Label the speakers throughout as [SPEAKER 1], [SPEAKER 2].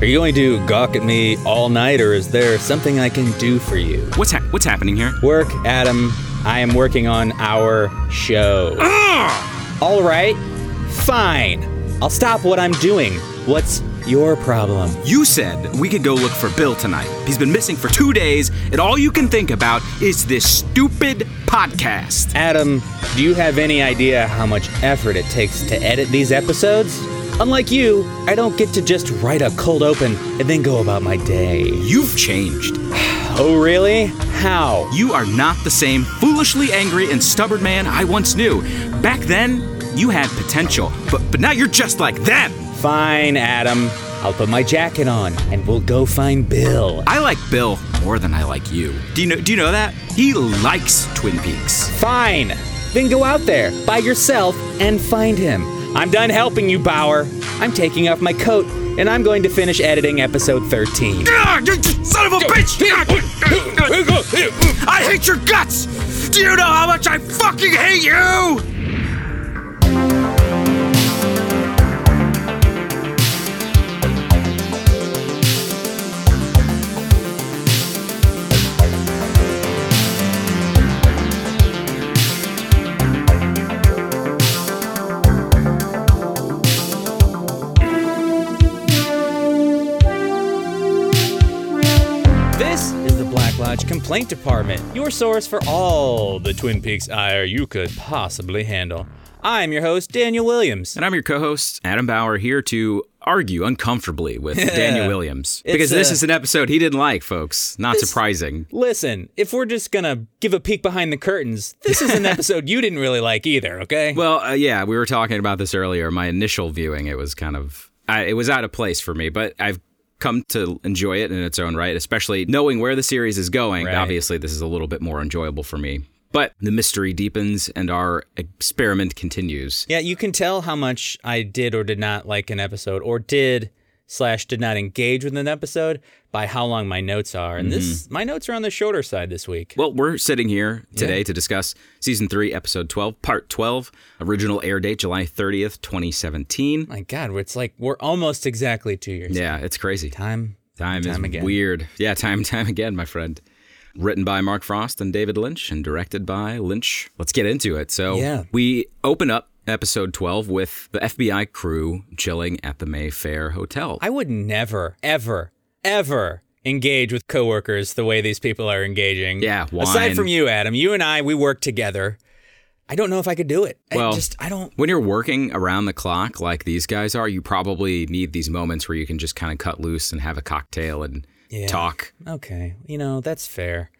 [SPEAKER 1] Are you going to gawk at me all night, or is there something I can do for you?
[SPEAKER 2] What's ha- what's happening here?
[SPEAKER 1] Work, Adam. I am working on our show. All right, fine. I'll stop what I'm doing. What's your problem?
[SPEAKER 2] You said we could go look for Bill tonight. He's been missing for two days, and all you can think about is this stupid podcast.
[SPEAKER 1] Adam, do you have any idea how much effort it takes to edit these episodes? Unlike you, I don't get to just write a cold open and then go about my day.
[SPEAKER 2] You've changed.
[SPEAKER 1] Oh, really? How?
[SPEAKER 2] You are not the same foolishly angry and stubborn man I once knew. Back then, you had potential, but but now you're just like them.
[SPEAKER 1] Fine, Adam. I'll put my jacket on and we'll go find Bill.
[SPEAKER 2] I like Bill more than I like you. Do you know do you know that? He likes Twin Peaks.
[SPEAKER 1] Fine. Then go out there by yourself and find him. I'm done helping you, Bauer. I'm taking off my coat and I'm going to finish editing episode 13.
[SPEAKER 2] Ah, you you son of a bitch! Ah, I hate your guts! Do you know how much I fucking hate you?
[SPEAKER 1] This is the Black Lodge Complaint Department, your source for all the Twin Peaks ire you could possibly handle. I'm your host, Daniel Williams.
[SPEAKER 2] And I'm your co host, Adam Bauer, here to argue uncomfortably with Daniel Williams. Because this
[SPEAKER 1] uh,
[SPEAKER 2] is an episode he didn't like, folks. Not surprising.
[SPEAKER 1] Listen, if we're just gonna give a peek behind the curtains, this is an episode you didn't really like either, okay?
[SPEAKER 2] Well, uh, yeah, we were talking about this earlier. My initial viewing, it was kind of, I, it was out of place for me, but I've come to enjoy it in its own right, especially knowing where the series is going.
[SPEAKER 1] Right.
[SPEAKER 2] Obviously, this is a little bit more enjoyable for me. But the mystery deepens and our experiment continues.
[SPEAKER 1] Yeah, you can tell how much I did or did not like an episode, or did slash did not engage with an episode by how long my notes are. And this, my notes are on the shorter side this week.
[SPEAKER 2] Mm-hmm. Well, we're sitting here today to discuss season three, episode 12, part 12, original air date July 30th, 2017.
[SPEAKER 1] My God, it's like we're almost exactly two years.
[SPEAKER 2] Yeah, it's crazy.
[SPEAKER 1] Time.
[SPEAKER 2] Time, is
[SPEAKER 1] Time again.
[SPEAKER 2] weird. Yeah, time and time again, my friend. Written by Mark Frost and David Lynch and directed by Lynch. Let's get into it. So
[SPEAKER 1] Yeah.
[SPEAKER 2] we open up episode 12 with the FBI crew chilling at the Mayfair Hotel.
[SPEAKER 1] I would never, ever, ever engage with coworkers the way these people are engaging.
[SPEAKER 2] Yeah, wine.
[SPEAKER 1] Aside from you, Adam, you and I, we work together. I don't know if I could do it.
[SPEAKER 2] Well-
[SPEAKER 1] I just, I don't.
[SPEAKER 2] when you're working around the clock like these guys are, you probably need these moments where you can just kind of cut loose and have a cocktail and
[SPEAKER 1] Yeah.
[SPEAKER 2] talk.
[SPEAKER 1] Okay, you know that's fair.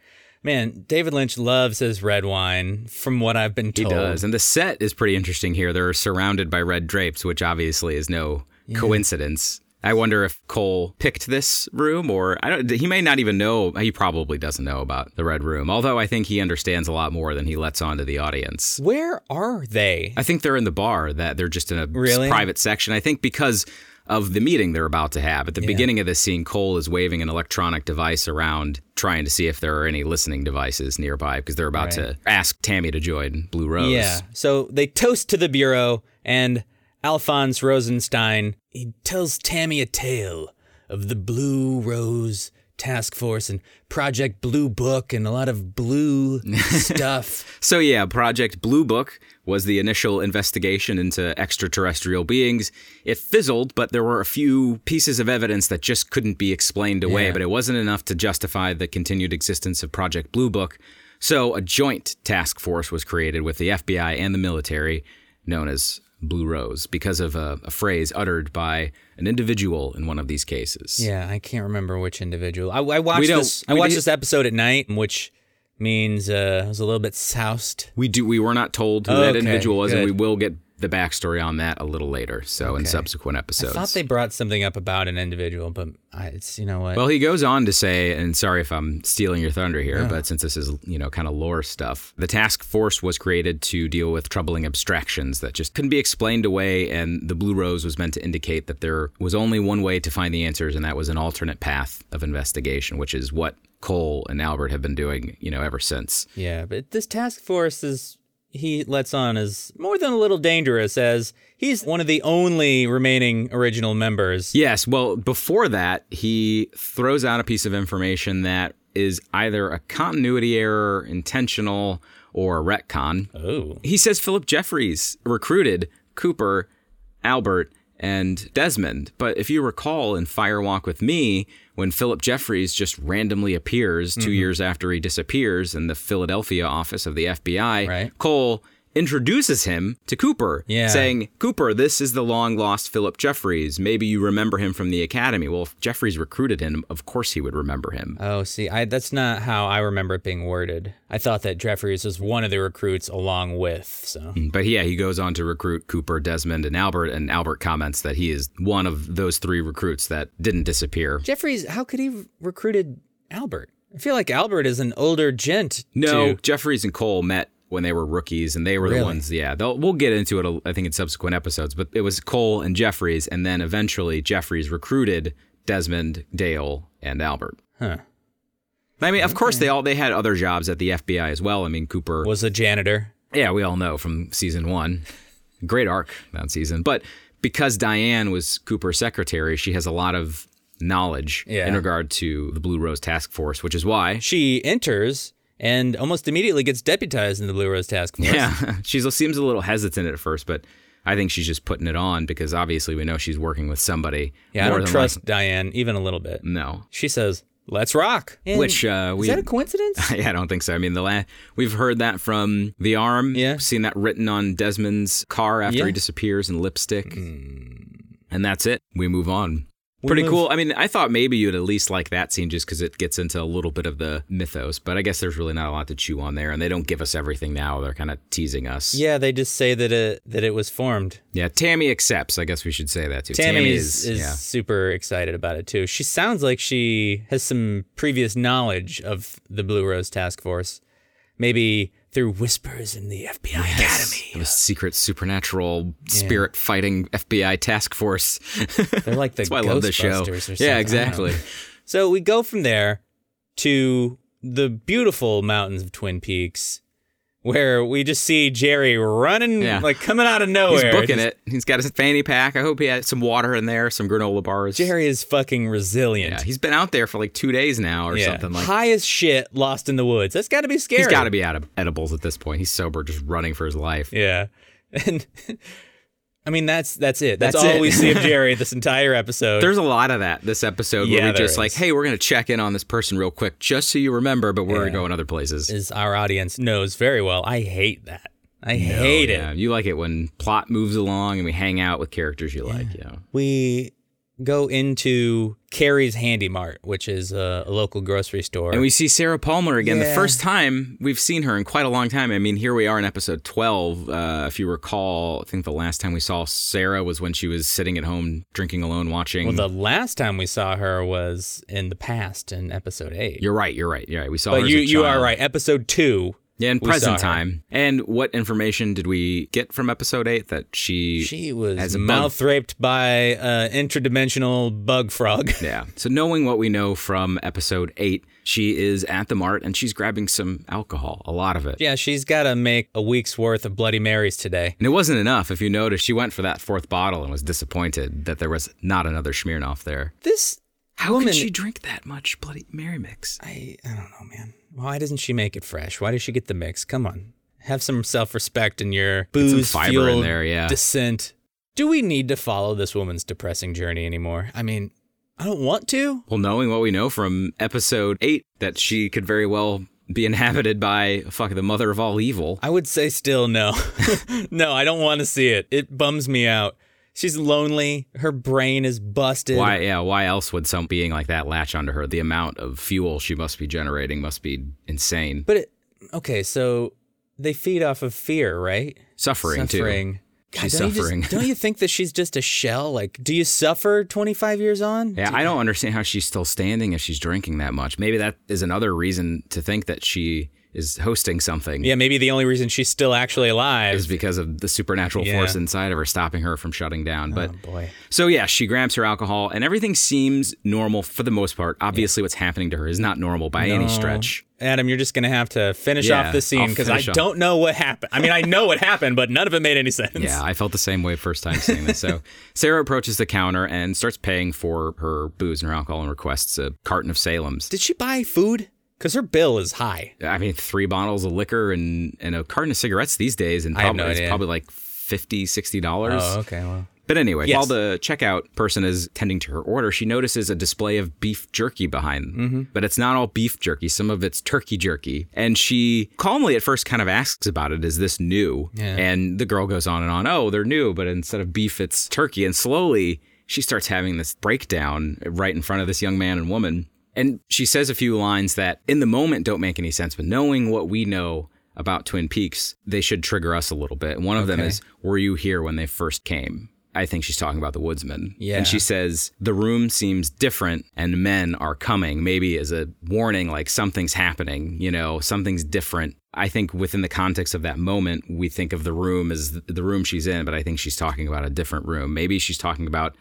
[SPEAKER 1] Man, David Lynch loves his red wine, from what I've been
[SPEAKER 2] He
[SPEAKER 1] told.
[SPEAKER 2] does. And the set is pretty interesting here. They're surrounded by red drapes, which obviously is no coincidence. I wonder if Cole picked this room or I don't he may not even know he probably doesn't know about the red room. Although I think he understands a lot more than he lets on to the audience.
[SPEAKER 1] Where are they?
[SPEAKER 2] I think they're in the bar that they're just in a s-
[SPEAKER 1] Really?
[SPEAKER 2] private section. I think because of the meeting they're about to have. At the beginning of this scene, Cole is waving an electronic device around trying to see if there are any listening devices nearby because they're about to ask Tammy to join Blue Rose.
[SPEAKER 1] Yeah. So they toast to the bureau, and Alphonse Rosenstein he tells Tammy a tale of the Blue Rose Task Force and Project Blue Book and a lot of blue stuff.
[SPEAKER 2] So yeah, Project Blue Book was the initial investigation into extraterrestrial beings. It fizzled, but there were a few pieces of evidence that just couldn't be explained away,
[SPEAKER 1] Yeah.
[SPEAKER 2] but it wasn't enough to justify the continued existence of Project Blue Book. So a joint task force was created with the FBI and the military, known as Blue Rose, because of a, a phrase uttered by an individual in one of these cases.
[SPEAKER 1] Yeah, I can't remember which individual. I, I watched
[SPEAKER 2] We don't-
[SPEAKER 1] this. I
[SPEAKER 2] we
[SPEAKER 1] watched
[SPEAKER 2] did-
[SPEAKER 1] this episode at night, which means uh, I was a little bit soused.
[SPEAKER 2] We do. We were not told who that
[SPEAKER 1] Okay,
[SPEAKER 2] individual was, and
[SPEAKER 1] good.
[SPEAKER 2] we will get the backstory on that a little later. So in subsequent episodes.
[SPEAKER 1] I thought they brought something up about an individual, but I, it's you know what.
[SPEAKER 2] Well, he goes on to say, and sorry if I'm stealing your thunder here, but since this is, you know, kind of lore stuff, the task force was created to deal with troubling abstractions that just couldn't be explained away. And the Blue Rose was meant to indicate that there was only one way to find the answers, and that was an alternate path of investigation, which is what Cole and Albert have been doing, you know, ever since.
[SPEAKER 1] yeah, but this task force is he lets on is more than a little dangerous, as he's one of the only remaining original members.
[SPEAKER 2] Yes. Well, before that, he throws out a piece of information that is either a continuity error, intentional, or a retcon.
[SPEAKER 1] Oh.
[SPEAKER 2] He says Philip Jeffries recruited Cooper, Albert, and Desmond. But if you recall in Fire Walk with Me, when Philip Jeffries just randomly appears
[SPEAKER 1] Mm-hmm.
[SPEAKER 2] 2 years after he disappears in the Philadelphia office of the FBI,
[SPEAKER 1] Right.
[SPEAKER 2] Cole introduces him to Cooper,
[SPEAKER 1] Yeah.
[SPEAKER 2] saying, Cooper, this is the long lost Philip Jeffries. Maybe you remember him from the academy. Well, if Jeffries recruited him, of course he would remember him.
[SPEAKER 1] Oh, see, I, that's not how I remember it being worded. I thought that Jeffries was one of the recruits along with, so.
[SPEAKER 2] But yeah, he goes on to recruit Cooper, Desmond, and Albert, and Albert comments that he is one of those three recruits that didn't disappear.
[SPEAKER 1] Jeffries, how could he have recruited Albert? I feel like Albert is an older gent.
[SPEAKER 2] No,
[SPEAKER 1] to-
[SPEAKER 2] Jeffries and Cole met when they were rookies, and they were
[SPEAKER 1] Really?
[SPEAKER 2] the ones. Yeah, they'll, we'll get into it. uh, I think in subsequent episodes, but it was Cole and Jeffries, and then eventually Jeffries recruited Desmond, Dale, and Albert.
[SPEAKER 1] Huh.
[SPEAKER 2] I mean, of course, they all they had other jobs at the FBI as well. I mean, Cooper
[SPEAKER 1] was a janitor.
[SPEAKER 2] Yeah, we all know from season one. Great arc that season. But because Diane was Cooper's secretary, she has a lot of knowledge
[SPEAKER 1] Yeah.
[SPEAKER 2] in regard to the Blue Rose Task Force, which is why
[SPEAKER 1] She enters and almost immediately gets deputized in the Blue Rose Task Force.
[SPEAKER 2] yeah, she seems a little hesitant at first, but I think she's just putting it on because obviously we know she's working with somebody.
[SPEAKER 1] Yeah, I
[SPEAKER 2] more
[SPEAKER 1] don't
[SPEAKER 2] than
[SPEAKER 1] trust Diane even a little bit.
[SPEAKER 2] likely- no.
[SPEAKER 1] She says, "Let's rock." And
[SPEAKER 2] Which, uh, we-
[SPEAKER 1] is that a coincidence?
[SPEAKER 2] Yeah, I don't think so. I mean, the la- we've heard that from the arm.
[SPEAKER 1] Yeah.
[SPEAKER 2] seen that written on Desmond's car after
[SPEAKER 1] Yeah. Hmm.
[SPEAKER 2] he disappears in lipstick, and that's it. We move on.
[SPEAKER 1] We
[SPEAKER 2] Pretty
[SPEAKER 1] move-
[SPEAKER 2] cool. I mean, I thought maybe you'd at least like that scene just because it gets into a little bit of the mythos, but I guess there's really not a lot to chew on there, and they don't give us everything now. They're kind of teasing us.
[SPEAKER 1] Yeah, they just say that it that it was formed.
[SPEAKER 2] Yeah, Tammy accepts. I guess we should say that too.
[SPEAKER 1] Tammy, is, is super excited about it too. She sounds like she has some previous knowledge of the Blue Rose Task Force, maybe through whispers in the FBI Academy.
[SPEAKER 2] Of a secret supernatural spirit fighting FBI task force.
[SPEAKER 1] They're like the
[SPEAKER 2] That's why I love this show.
[SPEAKER 1] Ghostbusters or something. I
[SPEAKER 2] Yeah,
[SPEAKER 1] don't
[SPEAKER 2] exactly.
[SPEAKER 1] know. So we go from there to the beautiful mountains of Twin Peaks, where we just see Jerry running,
[SPEAKER 2] Yeah.
[SPEAKER 1] like coming out of
[SPEAKER 2] He's
[SPEAKER 1] nowhere.
[SPEAKER 2] booking
[SPEAKER 1] Just-
[SPEAKER 2] it. He's got his fanny pack. I hope he had some water in there, some granola bars.
[SPEAKER 1] Jerry is fucking resilient.
[SPEAKER 2] Yeah, he's been out there for like two days now or
[SPEAKER 1] Yeah.
[SPEAKER 2] something like.
[SPEAKER 1] High as shit, lost in the woods. That's got to be scary.
[SPEAKER 2] He's got to be out of edibles at this point. He's sober, just running for his life.
[SPEAKER 1] Yeah, and I mean that's that's it. That's,
[SPEAKER 2] That's
[SPEAKER 1] all
[SPEAKER 2] it.
[SPEAKER 1] we see of Jerry this entire episode.
[SPEAKER 2] There's a lot of that this episode
[SPEAKER 1] Yeah,
[SPEAKER 2] where we
[SPEAKER 1] there
[SPEAKER 2] just like,
[SPEAKER 1] is.
[SPEAKER 2] hey, we're gonna check in on this person real quick, just so you remember, but we're going other places.
[SPEAKER 1] as our audience knows very well, I hate that. I hate it.
[SPEAKER 2] Oh, Yeah, you like it when plot moves along and we hang out with characters you like. Yeah,
[SPEAKER 1] we go into Carrie's Handy Mart, which is a, a local grocery store.
[SPEAKER 2] and we see Sarah Palmer again.
[SPEAKER 1] Yeah.
[SPEAKER 2] The first time we've seen her in quite a long time. I mean, here we are in episode twelve. Uh, if you recall, I think the last time we saw Sarah was when she was sitting at home drinking alone, watching.
[SPEAKER 1] well, the last time we saw her was in the past in episode eight.
[SPEAKER 2] you're right. You're right. You're right. We saw. her
[SPEAKER 1] but
[SPEAKER 2] as
[SPEAKER 1] you
[SPEAKER 2] a
[SPEAKER 1] you are
[SPEAKER 2] child.
[SPEAKER 1] right. Episode two,
[SPEAKER 2] Yeah, in
[SPEAKER 1] We saw her.
[SPEAKER 2] present time. And what information did we get from episode eight that she?
[SPEAKER 1] she was
[SPEAKER 2] As a bug.
[SPEAKER 1] mouth raped by an interdimensional bug frog.
[SPEAKER 2] yeah. So knowing what we know from episode eight, she is at the mart and she's grabbing some alcohol, a lot of it.
[SPEAKER 1] yeah, she's got to make a week's worth of Bloody Marys today.
[SPEAKER 2] And it wasn't enough. If you notice, she went for that fourth bottle and was disappointed that there was not another Smirnoff there.
[SPEAKER 1] This
[SPEAKER 2] How
[SPEAKER 1] woman,
[SPEAKER 2] could she drink that much Bloody Mary mix?
[SPEAKER 1] I I don't know, man. Why doesn't she make it fresh? Why does she get the mix? Come on. Have some self-respect in your
[SPEAKER 2] some
[SPEAKER 1] booze
[SPEAKER 2] fiber in
[SPEAKER 1] fueled
[SPEAKER 2] there, yeah.
[SPEAKER 1] descent. Do we need to follow this woman's depressing journey anymore? I mean, I don't want to.
[SPEAKER 2] Well, knowing what we know from episode eight, that she could very well be inhabited by fuck the mother of all evil.
[SPEAKER 1] I would say still no. no, I don't want to see it. It bums me out. She's lonely. Her brain is busted.
[SPEAKER 2] Why? Yeah. Why else would some being like that latch onto her? The amount of fuel she must be generating must be insane.
[SPEAKER 1] But it, okay, so they feed off of fear, right?
[SPEAKER 2] Suffering,
[SPEAKER 1] suffering. God,
[SPEAKER 2] She's
[SPEAKER 1] don't you just-
[SPEAKER 2] suffering.
[SPEAKER 1] don't you think that she's just a shell? Like, do you suffer 25 years on?
[SPEAKER 2] too. Yeah, I don't understand how she's still standing if she's drinking that much. Maybe that is another reason to think that she is hosting something
[SPEAKER 1] Yeah, maybe the only reason she's still actually alive.
[SPEAKER 2] is because of the supernatural
[SPEAKER 1] Yeah. Um,
[SPEAKER 2] force inside of her stopping her from shutting down. But
[SPEAKER 1] boy.
[SPEAKER 2] so yeah, she grabs her alcohol and everything seems normal for the most part. Obviously, what's happening to her is not normal by any stretch.
[SPEAKER 1] Adam, you're just gonna have to finish
[SPEAKER 2] Yeah,
[SPEAKER 1] off the
[SPEAKER 2] I'll
[SPEAKER 1] scene because I
[SPEAKER 2] finish off-
[SPEAKER 1] don't know what happened. I mean, I know what happened, but none of it made any sense.
[SPEAKER 2] Yeah, I felt the same way first time seeing this. So Sarah approaches the counter and starts paying for her booze and her alcohol and requests a carton of Salem's.
[SPEAKER 1] Did she buy food? Because her bill is high.
[SPEAKER 2] I mean, three bottles of liquor and, and a carton of cigarettes these days, and
[SPEAKER 1] have
[SPEAKER 2] probably,
[SPEAKER 1] no
[SPEAKER 2] it's
[SPEAKER 1] idea. Oh,
[SPEAKER 2] probably like 50 $60.
[SPEAKER 1] okay. Well,
[SPEAKER 2] But anyway,
[SPEAKER 1] Yes.
[SPEAKER 2] while the checkout person is tending to her order, she notices a display of beef jerky behind them.
[SPEAKER 1] Mm-hmm.
[SPEAKER 2] But it's not all beef jerky, some of it's turkey jerky. And she calmly at first kind of asks about it, is this new?
[SPEAKER 1] Yeah.
[SPEAKER 2] And the girl goes on and on, oh, they're new, but instead of beef, it's turkey. And slowly she starts having this breakdown right in front of this young man and woman. And she says a few lines that in the moment don't make any sense, but knowing what we know about Twin Peaks, they should trigger us a little bit. And one of them
[SPEAKER 1] Okay.
[SPEAKER 2] is, were you here when they first came? I think she's talking about the woodsman.
[SPEAKER 1] Yeah.
[SPEAKER 2] And she says, the room seems different and men are coming, maybe as a warning, like something's happening, you know, something's different. I think within the context of that moment, we think of the room as th- the room she's in, but I think she's talking about a different room. Maybe she's talking about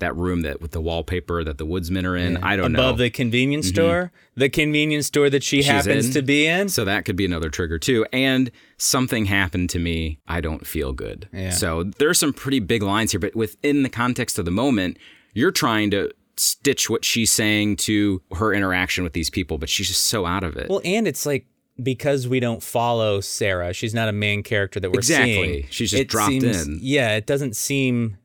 [SPEAKER 2] that room that with the wallpaper that the woodsmen are in. I don't know.
[SPEAKER 1] above the convenience store, the convenience store that she happens
[SPEAKER 2] Mm-hmm. in.
[SPEAKER 1] to be in.
[SPEAKER 2] So that could be another trigger too. And something happened to me. I don't feel good.
[SPEAKER 1] Yeah.
[SPEAKER 2] So there are some pretty big lines here, but within the context of the moment, you're trying to stitch what she's saying to her interaction with these people, but she's just so out of it.
[SPEAKER 1] Well, and it's like because we don't follow Sarah, she's not a main character that we're
[SPEAKER 2] Exactly.
[SPEAKER 1] seeing.
[SPEAKER 2] She's just
[SPEAKER 1] it
[SPEAKER 2] dropped
[SPEAKER 1] seems-
[SPEAKER 2] in.
[SPEAKER 1] Yeah, it doesn't seem.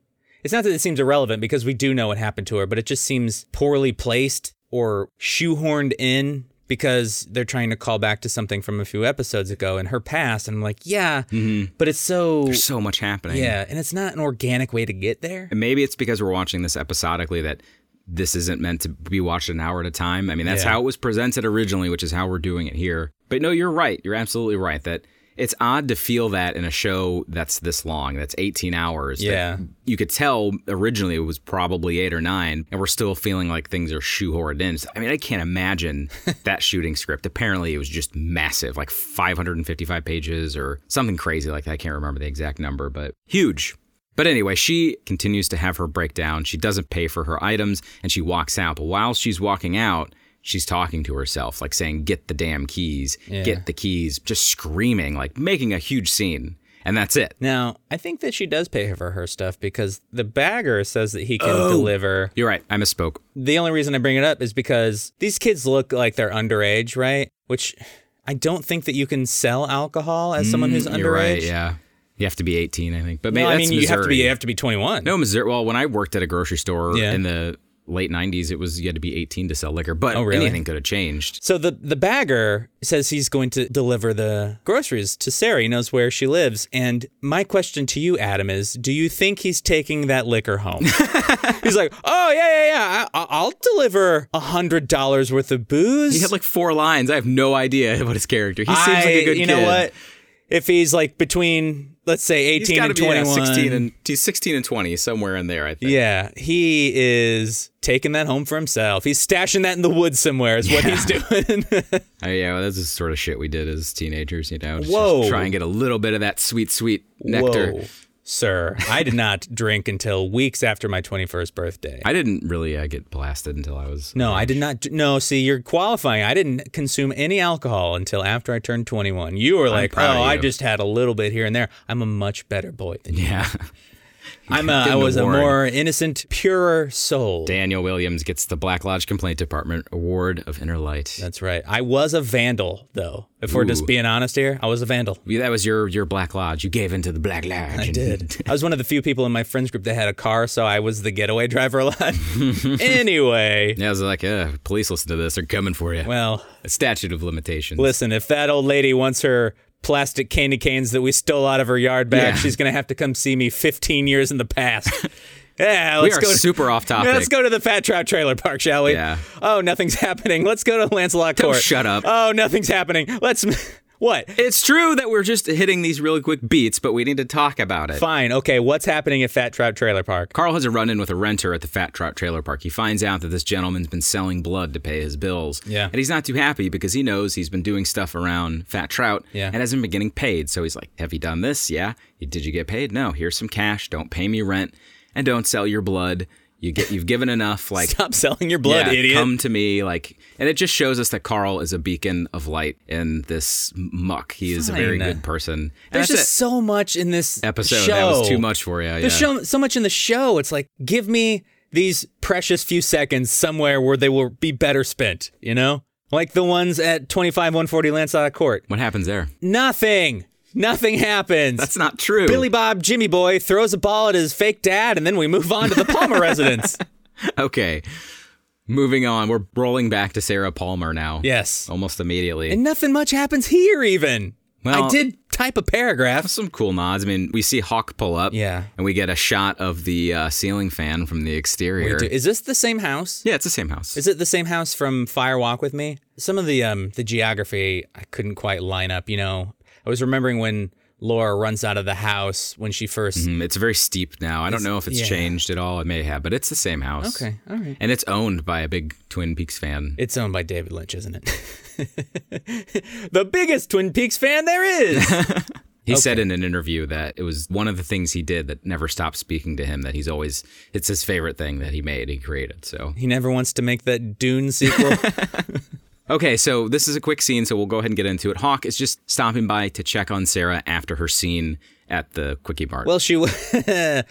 [SPEAKER 1] It's not that it seems irrelevant because we do know what happened to her, but it just seems poorly placed or shoehorned in because they're trying to call back to something from a few episodes ago in her past. And I'm like, yeah,
[SPEAKER 2] Mm-hmm.
[SPEAKER 1] but it's so.
[SPEAKER 2] There's so much happening.
[SPEAKER 1] Yeah, and it's not an organic way to get there.
[SPEAKER 2] And maybe it's because we're watching this episodically that this isn't meant to be watched an hour at a time. I mean, that's
[SPEAKER 1] Yeah.
[SPEAKER 2] how it was presented originally, which is how we're doing it here. But no, you're right. You're absolutely right that it's odd to feel that in a show that's this long, that's 18 hours. that
[SPEAKER 1] Yeah.
[SPEAKER 2] You could tell originally it was probably eight or nine, and we're still feeling like things are shoehorned in. So, I mean, I can't imagine that shooting script. Apparently, it was just massive, like 555 pages or something crazy like that. I can't remember the exact number, but huge. But anyway, she continues to have her breakdown. She doesn't pay for her items and she walks out. But while she's walking out, she's talking to herself, like saying, Get the damn keys, get the keys, just screaming, like making a huge scene. And that's it.
[SPEAKER 1] Now, I think that she does pay for her stuff because the bagger says that he can
[SPEAKER 2] Oh,
[SPEAKER 1] deliver
[SPEAKER 2] You're right. I misspoke.
[SPEAKER 1] the only reason I bring it up is because these kids look like they're underage, right? Which I don't think that you can sell alcohol as someone who's underage.
[SPEAKER 2] Mm, You're right. Yeah. You have to be 18, I think. But maybe
[SPEAKER 1] No, I
[SPEAKER 2] that's
[SPEAKER 1] mean, you have to be
[SPEAKER 2] Missouri.
[SPEAKER 1] you have to be 21.
[SPEAKER 2] No, Missouri. Well, when I worked at a grocery store
[SPEAKER 1] Yeah.
[SPEAKER 2] in the late 90s, it was you had to be 18 to sell liquor. But
[SPEAKER 1] Oh, really?
[SPEAKER 2] anything could have changed.
[SPEAKER 1] So the the bagger says he's going to deliver the groceries to Sarah. He knows where she lives. And my question to you, Adam, is: Do you think he's taking that liquor home? he's like, oh yeah, yeah, yeah. I, I'll deliver a hundred dollars worth of booze.
[SPEAKER 2] He had like four lines. I have no idea what his character. He seems like
[SPEAKER 1] I-
[SPEAKER 2] a good
[SPEAKER 1] You
[SPEAKER 2] kid.
[SPEAKER 1] know what? If he's like between, let's say,
[SPEAKER 2] He's
[SPEAKER 1] 18
[SPEAKER 2] got to
[SPEAKER 1] and
[SPEAKER 2] be yeah,
[SPEAKER 1] 21.
[SPEAKER 2] 16 and he's 16 and 20 somewhere in there I think.
[SPEAKER 1] yeah, he is taking that home for himself. He's stashing that in the woods somewhere, is what he's doing.
[SPEAKER 2] Oh, yeah, well, that's the sort of shit we did as teenagers, you know. Just,
[SPEAKER 1] Whoa.
[SPEAKER 2] just try and get a little bit of that sweet sweet nectar.
[SPEAKER 1] Whoa, sir. I did not drink until weeks after my 21st birthday.
[SPEAKER 2] I didn't really uh, get blasted until I was
[SPEAKER 1] no, I did not. d- No, see, you're qualifying. I didn't consume any alcohol until after I turned 21. You were like, oh,
[SPEAKER 2] proud of
[SPEAKER 1] I
[SPEAKER 2] you."
[SPEAKER 1] just had a little bit here and there. I'm a much better boy than you.
[SPEAKER 2] Yeah.
[SPEAKER 1] I'm a, I
[SPEAKER 2] Getting the
[SPEAKER 1] was a
[SPEAKER 2] warning.
[SPEAKER 1] more innocent, purer soul.
[SPEAKER 2] Daniel Williams gets the Black Lodge Complaint Department Award of Inner Light.
[SPEAKER 1] That's right. I was a vandal, though. If we're just being honest here, I was a vandal.
[SPEAKER 2] Yeah, that was your your Black Lodge. You gave into the Black Lodge. I
[SPEAKER 1] I was one of the few people in my friends group that had a car, so I was the getaway driver a lot. anyway,
[SPEAKER 2] yeah, I was like, uh, police listen to this. They're coming for you.
[SPEAKER 1] well,
[SPEAKER 2] a statute of limitations.
[SPEAKER 1] listen, if that old lady wants her plastic candy canes that we stole out of her yard back,
[SPEAKER 2] Yeah.
[SPEAKER 1] she's going to have to come see me 15 years in the past. yeah,
[SPEAKER 2] we
[SPEAKER 1] let's
[SPEAKER 2] are
[SPEAKER 1] go. To-
[SPEAKER 2] super off topic.
[SPEAKER 1] Let's go to the Fat Trout Trailer Park, shall we?
[SPEAKER 2] Yeah.
[SPEAKER 1] Oh, nothing's happening. Let's go to Lancelot Court.
[SPEAKER 2] shut up.
[SPEAKER 1] Oh, nothing's happening. Let's. What?
[SPEAKER 2] It's true that we're just hitting these really quick beats, but we need to talk about it.
[SPEAKER 1] Fine. Okay. What's happening at Fat Trout Trailer Park?
[SPEAKER 2] Carl has a run in with a renter at the Fat Trout Trailer Park. He finds out that this gentleman's been selling blood to pay his bills.
[SPEAKER 1] Yeah.
[SPEAKER 2] And he's not too happy because he knows he's been doing stuff around Fat Trout
[SPEAKER 1] Yeah.
[SPEAKER 2] and hasn't been getting paid. So he's like, Have you done this? Yeah. Did you get paid? No. Here's some cash. Don't pay me rent and don't sell your blood. You get you've given enough, like
[SPEAKER 1] Stop selling your blood,
[SPEAKER 2] yeah,
[SPEAKER 1] idiot.
[SPEAKER 2] Come to me, like, and it just shows us that Carl is a beacon of light in this muck. He is a very
[SPEAKER 1] Fine.
[SPEAKER 2] good person. And
[SPEAKER 1] There's
[SPEAKER 2] that's
[SPEAKER 1] just
[SPEAKER 2] it.
[SPEAKER 1] so much in this
[SPEAKER 2] episode
[SPEAKER 1] Show.
[SPEAKER 2] that was too much for you. Yeah.
[SPEAKER 1] There's so, so much in the show. It's like, give me these precious few seconds somewhere where they will be better spent, you know? Like the ones at 25 140 Lancelot Court.
[SPEAKER 2] what happens there?
[SPEAKER 1] Nothing. Nothing happens.
[SPEAKER 2] That's not true.
[SPEAKER 1] Billy Bob Jimmy Boy throws a ball at his fake dad, and then we move on to the Palmer residence.
[SPEAKER 2] Okay. Moving on. We're rolling back to Sarah Palmer now.
[SPEAKER 1] Yes.
[SPEAKER 2] Almost immediately.
[SPEAKER 1] And nothing much happens here, even. I
[SPEAKER 2] Well-
[SPEAKER 1] did type a paragraph.
[SPEAKER 2] some cool nods. I mean, we see Hawk pull up.
[SPEAKER 1] Yeah.
[SPEAKER 2] And we get a shot of the uh, ceiling fan from the exterior.
[SPEAKER 1] Is this the same house?
[SPEAKER 2] Yeah, it's the same house.
[SPEAKER 1] Is it the same house from Fire Walk with Me? Some of the um the geography I couldn't quite line up, you know. I was remembering when Laura runs out of the house when she 1st
[SPEAKER 2] Mm, it's very steep now. I don't know if it's
[SPEAKER 1] yeah.
[SPEAKER 2] changed at all. It may have, but it's the same house.
[SPEAKER 1] Okay, all right.
[SPEAKER 2] And it's owned by a big Twin Peaks fan.
[SPEAKER 1] It's owned by David Lynch, isn't it? the biggest Twin Peaks fan there is.
[SPEAKER 2] He said in an interview that it was one of the things he did that never stopped speaking to him. That he's always it's his favorite thing that he made, he created. So
[SPEAKER 1] he never wants to make that Dune sequel.
[SPEAKER 2] Okay, so this is a quick scene, so we'll go ahead and get into it. Hawk is just stopping by to check on Sarah after her scene at the quickie mart.
[SPEAKER 1] well, she wa-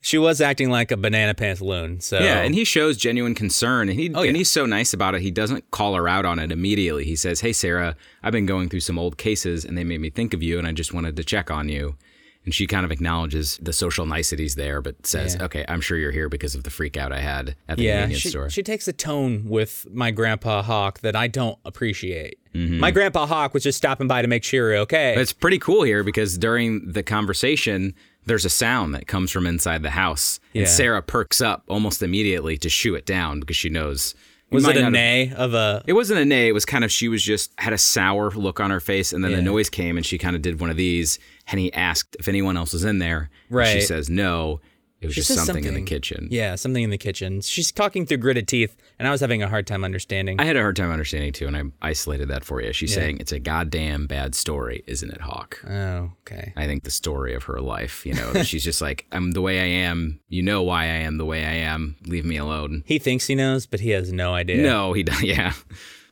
[SPEAKER 1] she was acting like a banana pantaloon. So Oh,
[SPEAKER 2] yeah, and he shows genuine concern, and he and
[SPEAKER 1] yeah.
[SPEAKER 2] he's so nice about it. He doesn't call her out on it immediately. He says, "Hey, Sarah, I've been going through some old cases, and they made me think of you, and I just wanted to check on you." And she kind of acknowledges the social niceties there, but says,
[SPEAKER 1] Yeah.
[SPEAKER 2] "Okay, I'm sure you're here because of the freak out I had at the
[SPEAKER 1] yeah,
[SPEAKER 2] convenience
[SPEAKER 1] she,
[SPEAKER 2] store."
[SPEAKER 1] she takes a tone with my grandpa Hawk that I don't appreciate.
[SPEAKER 2] Mm-hmm.
[SPEAKER 1] My grandpa Hawk was just stopping by to make sure you're okay.
[SPEAKER 2] But it's pretty cool here because during the conversation, there's a sound that comes from inside the house,
[SPEAKER 1] Yeah.
[SPEAKER 2] and Sarah perks up almost immediately to shoo it down because she knows. we
[SPEAKER 1] Was
[SPEAKER 2] might
[SPEAKER 1] it a
[SPEAKER 2] not have-
[SPEAKER 1] nay of a?
[SPEAKER 2] It wasn't a nay. It was kind of she was just had a sour look on her face, and then the noise came, and she kind of did one of these. And he asked if anyone else was in there. and she
[SPEAKER 1] Right.
[SPEAKER 2] says no. It was just
[SPEAKER 1] says
[SPEAKER 2] something, in the
[SPEAKER 1] something.
[SPEAKER 2] kitchen.
[SPEAKER 1] Yeah, something in the kitchen. She's talking through gritted teeth, and I was having a hard time understanding.
[SPEAKER 2] I had a hard time understanding too, and I isolated that for you. She's saying it's a goddamn bad story, isn't it, Hawk?
[SPEAKER 1] oh, okay.
[SPEAKER 2] I think the story of her life, you know, that she's just like, I'm the way I am. You know why I am the way I am. Leave me alone.
[SPEAKER 1] He thinks he knows, but he has no idea.
[SPEAKER 2] No, he doesn't. Yeah.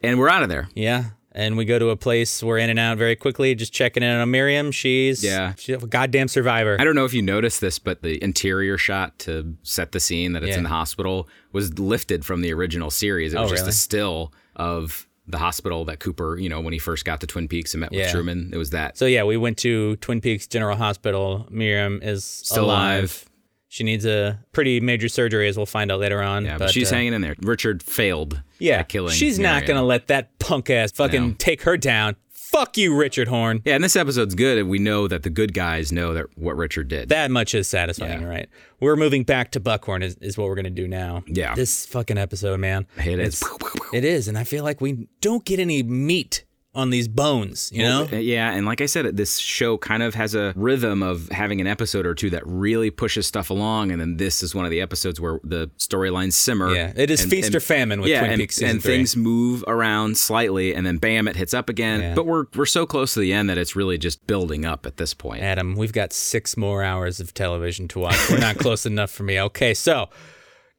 [SPEAKER 2] And we're out of there.
[SPEAKER 1] Yeah. And we go to a place. We're in and out very quickly. Just checking in on Miriam. She's
[SPEAKER 2] Yeah.
[SPEAKER 1] she's a goddamn survivor.
[SPEAKER 2] I don't know if you noticed this, but the interior shot to set the scene that it's in
[SPEAKER 1] Yeah. Oh,
[SPEAKER 2] the hospital was lifted from the original series. It was just
[SPEAKER 1] really?
[SPEAKER 2] a still of the hospital that Cooper, you know, when he first got to Twin Peaks and met with
[SPEAKER 1] Yeah.
[SPEAKER 2] Truman, it was that.
[SPEAKER 1] So yeah, we went to Twin Peaks General Hospital. Miriam is
[SPEAKER 2] Still alive.
[SPEAKER 1] She needs a pretty major surgery, as we'll find out later on.
[SPEAKER 2] Yeah, but, she's
[SPEAKER 1] uh,
[SPEAKER 2] hanging in there. Richard failed.
[SPEAKER 1] yeah,
[SPEAKER 2] at killing.
[SPEAKER 1] She's not
[SPEAKER 2] Marion.
[SPEAKER 1] gonna let that punk ass fucking
[SPEAKER 2] No.
[SPEAKER 1] take her down. Fuck you, Richard Horn.
[SPEAKER 2] Yeah, and this episode's good. and We know that the good guys know that what Richard did.
[SPEAKER 1] That much is satisfying,
[SPEAKER 2] Yeah.
[SPEAKER 1] right? We're moving back to Buckhorn is, is what we're gonna do now.
[SPEAKER 2] Yeah.
[SPEAKER 1] This fucking episode, man.
[SPEAKER 2] It is.
[SPEAKER 1] It is, and I feel like we don't get any meat on these bones, you know?
[SPEAKER 2] Uh, Yeah, and like I said, this show kind of has a rhythm of having an episode or two that really pushes stuff along, and then this is one of the episodes where the storylines simmer.
[SPEAKER 1] Yeah, it is
[SPEAKER 2] and-
[SPEAKER 1] feast
[SPEAKER 2] and-
[SPEAKER 1] or famine with
[SPEAKER 2] yeah,
[SPEAKER 1] Twin
[SPEAKER 2] and,
[SPEAKER 1] Peaks season
[SPEAKER 2] and
[SPEAKER 1] three.
[SPEAKER 2] things move around slightly, and then bam, it hits up again.
[SPEAKER 1] Yeah.
[SPEAKER 2] But we're we're so close to the end that it's really just building up at this point.
[SPEAKER 1] Adam, we've got six more hours of television to watch. We're not close enough for me. Okay, so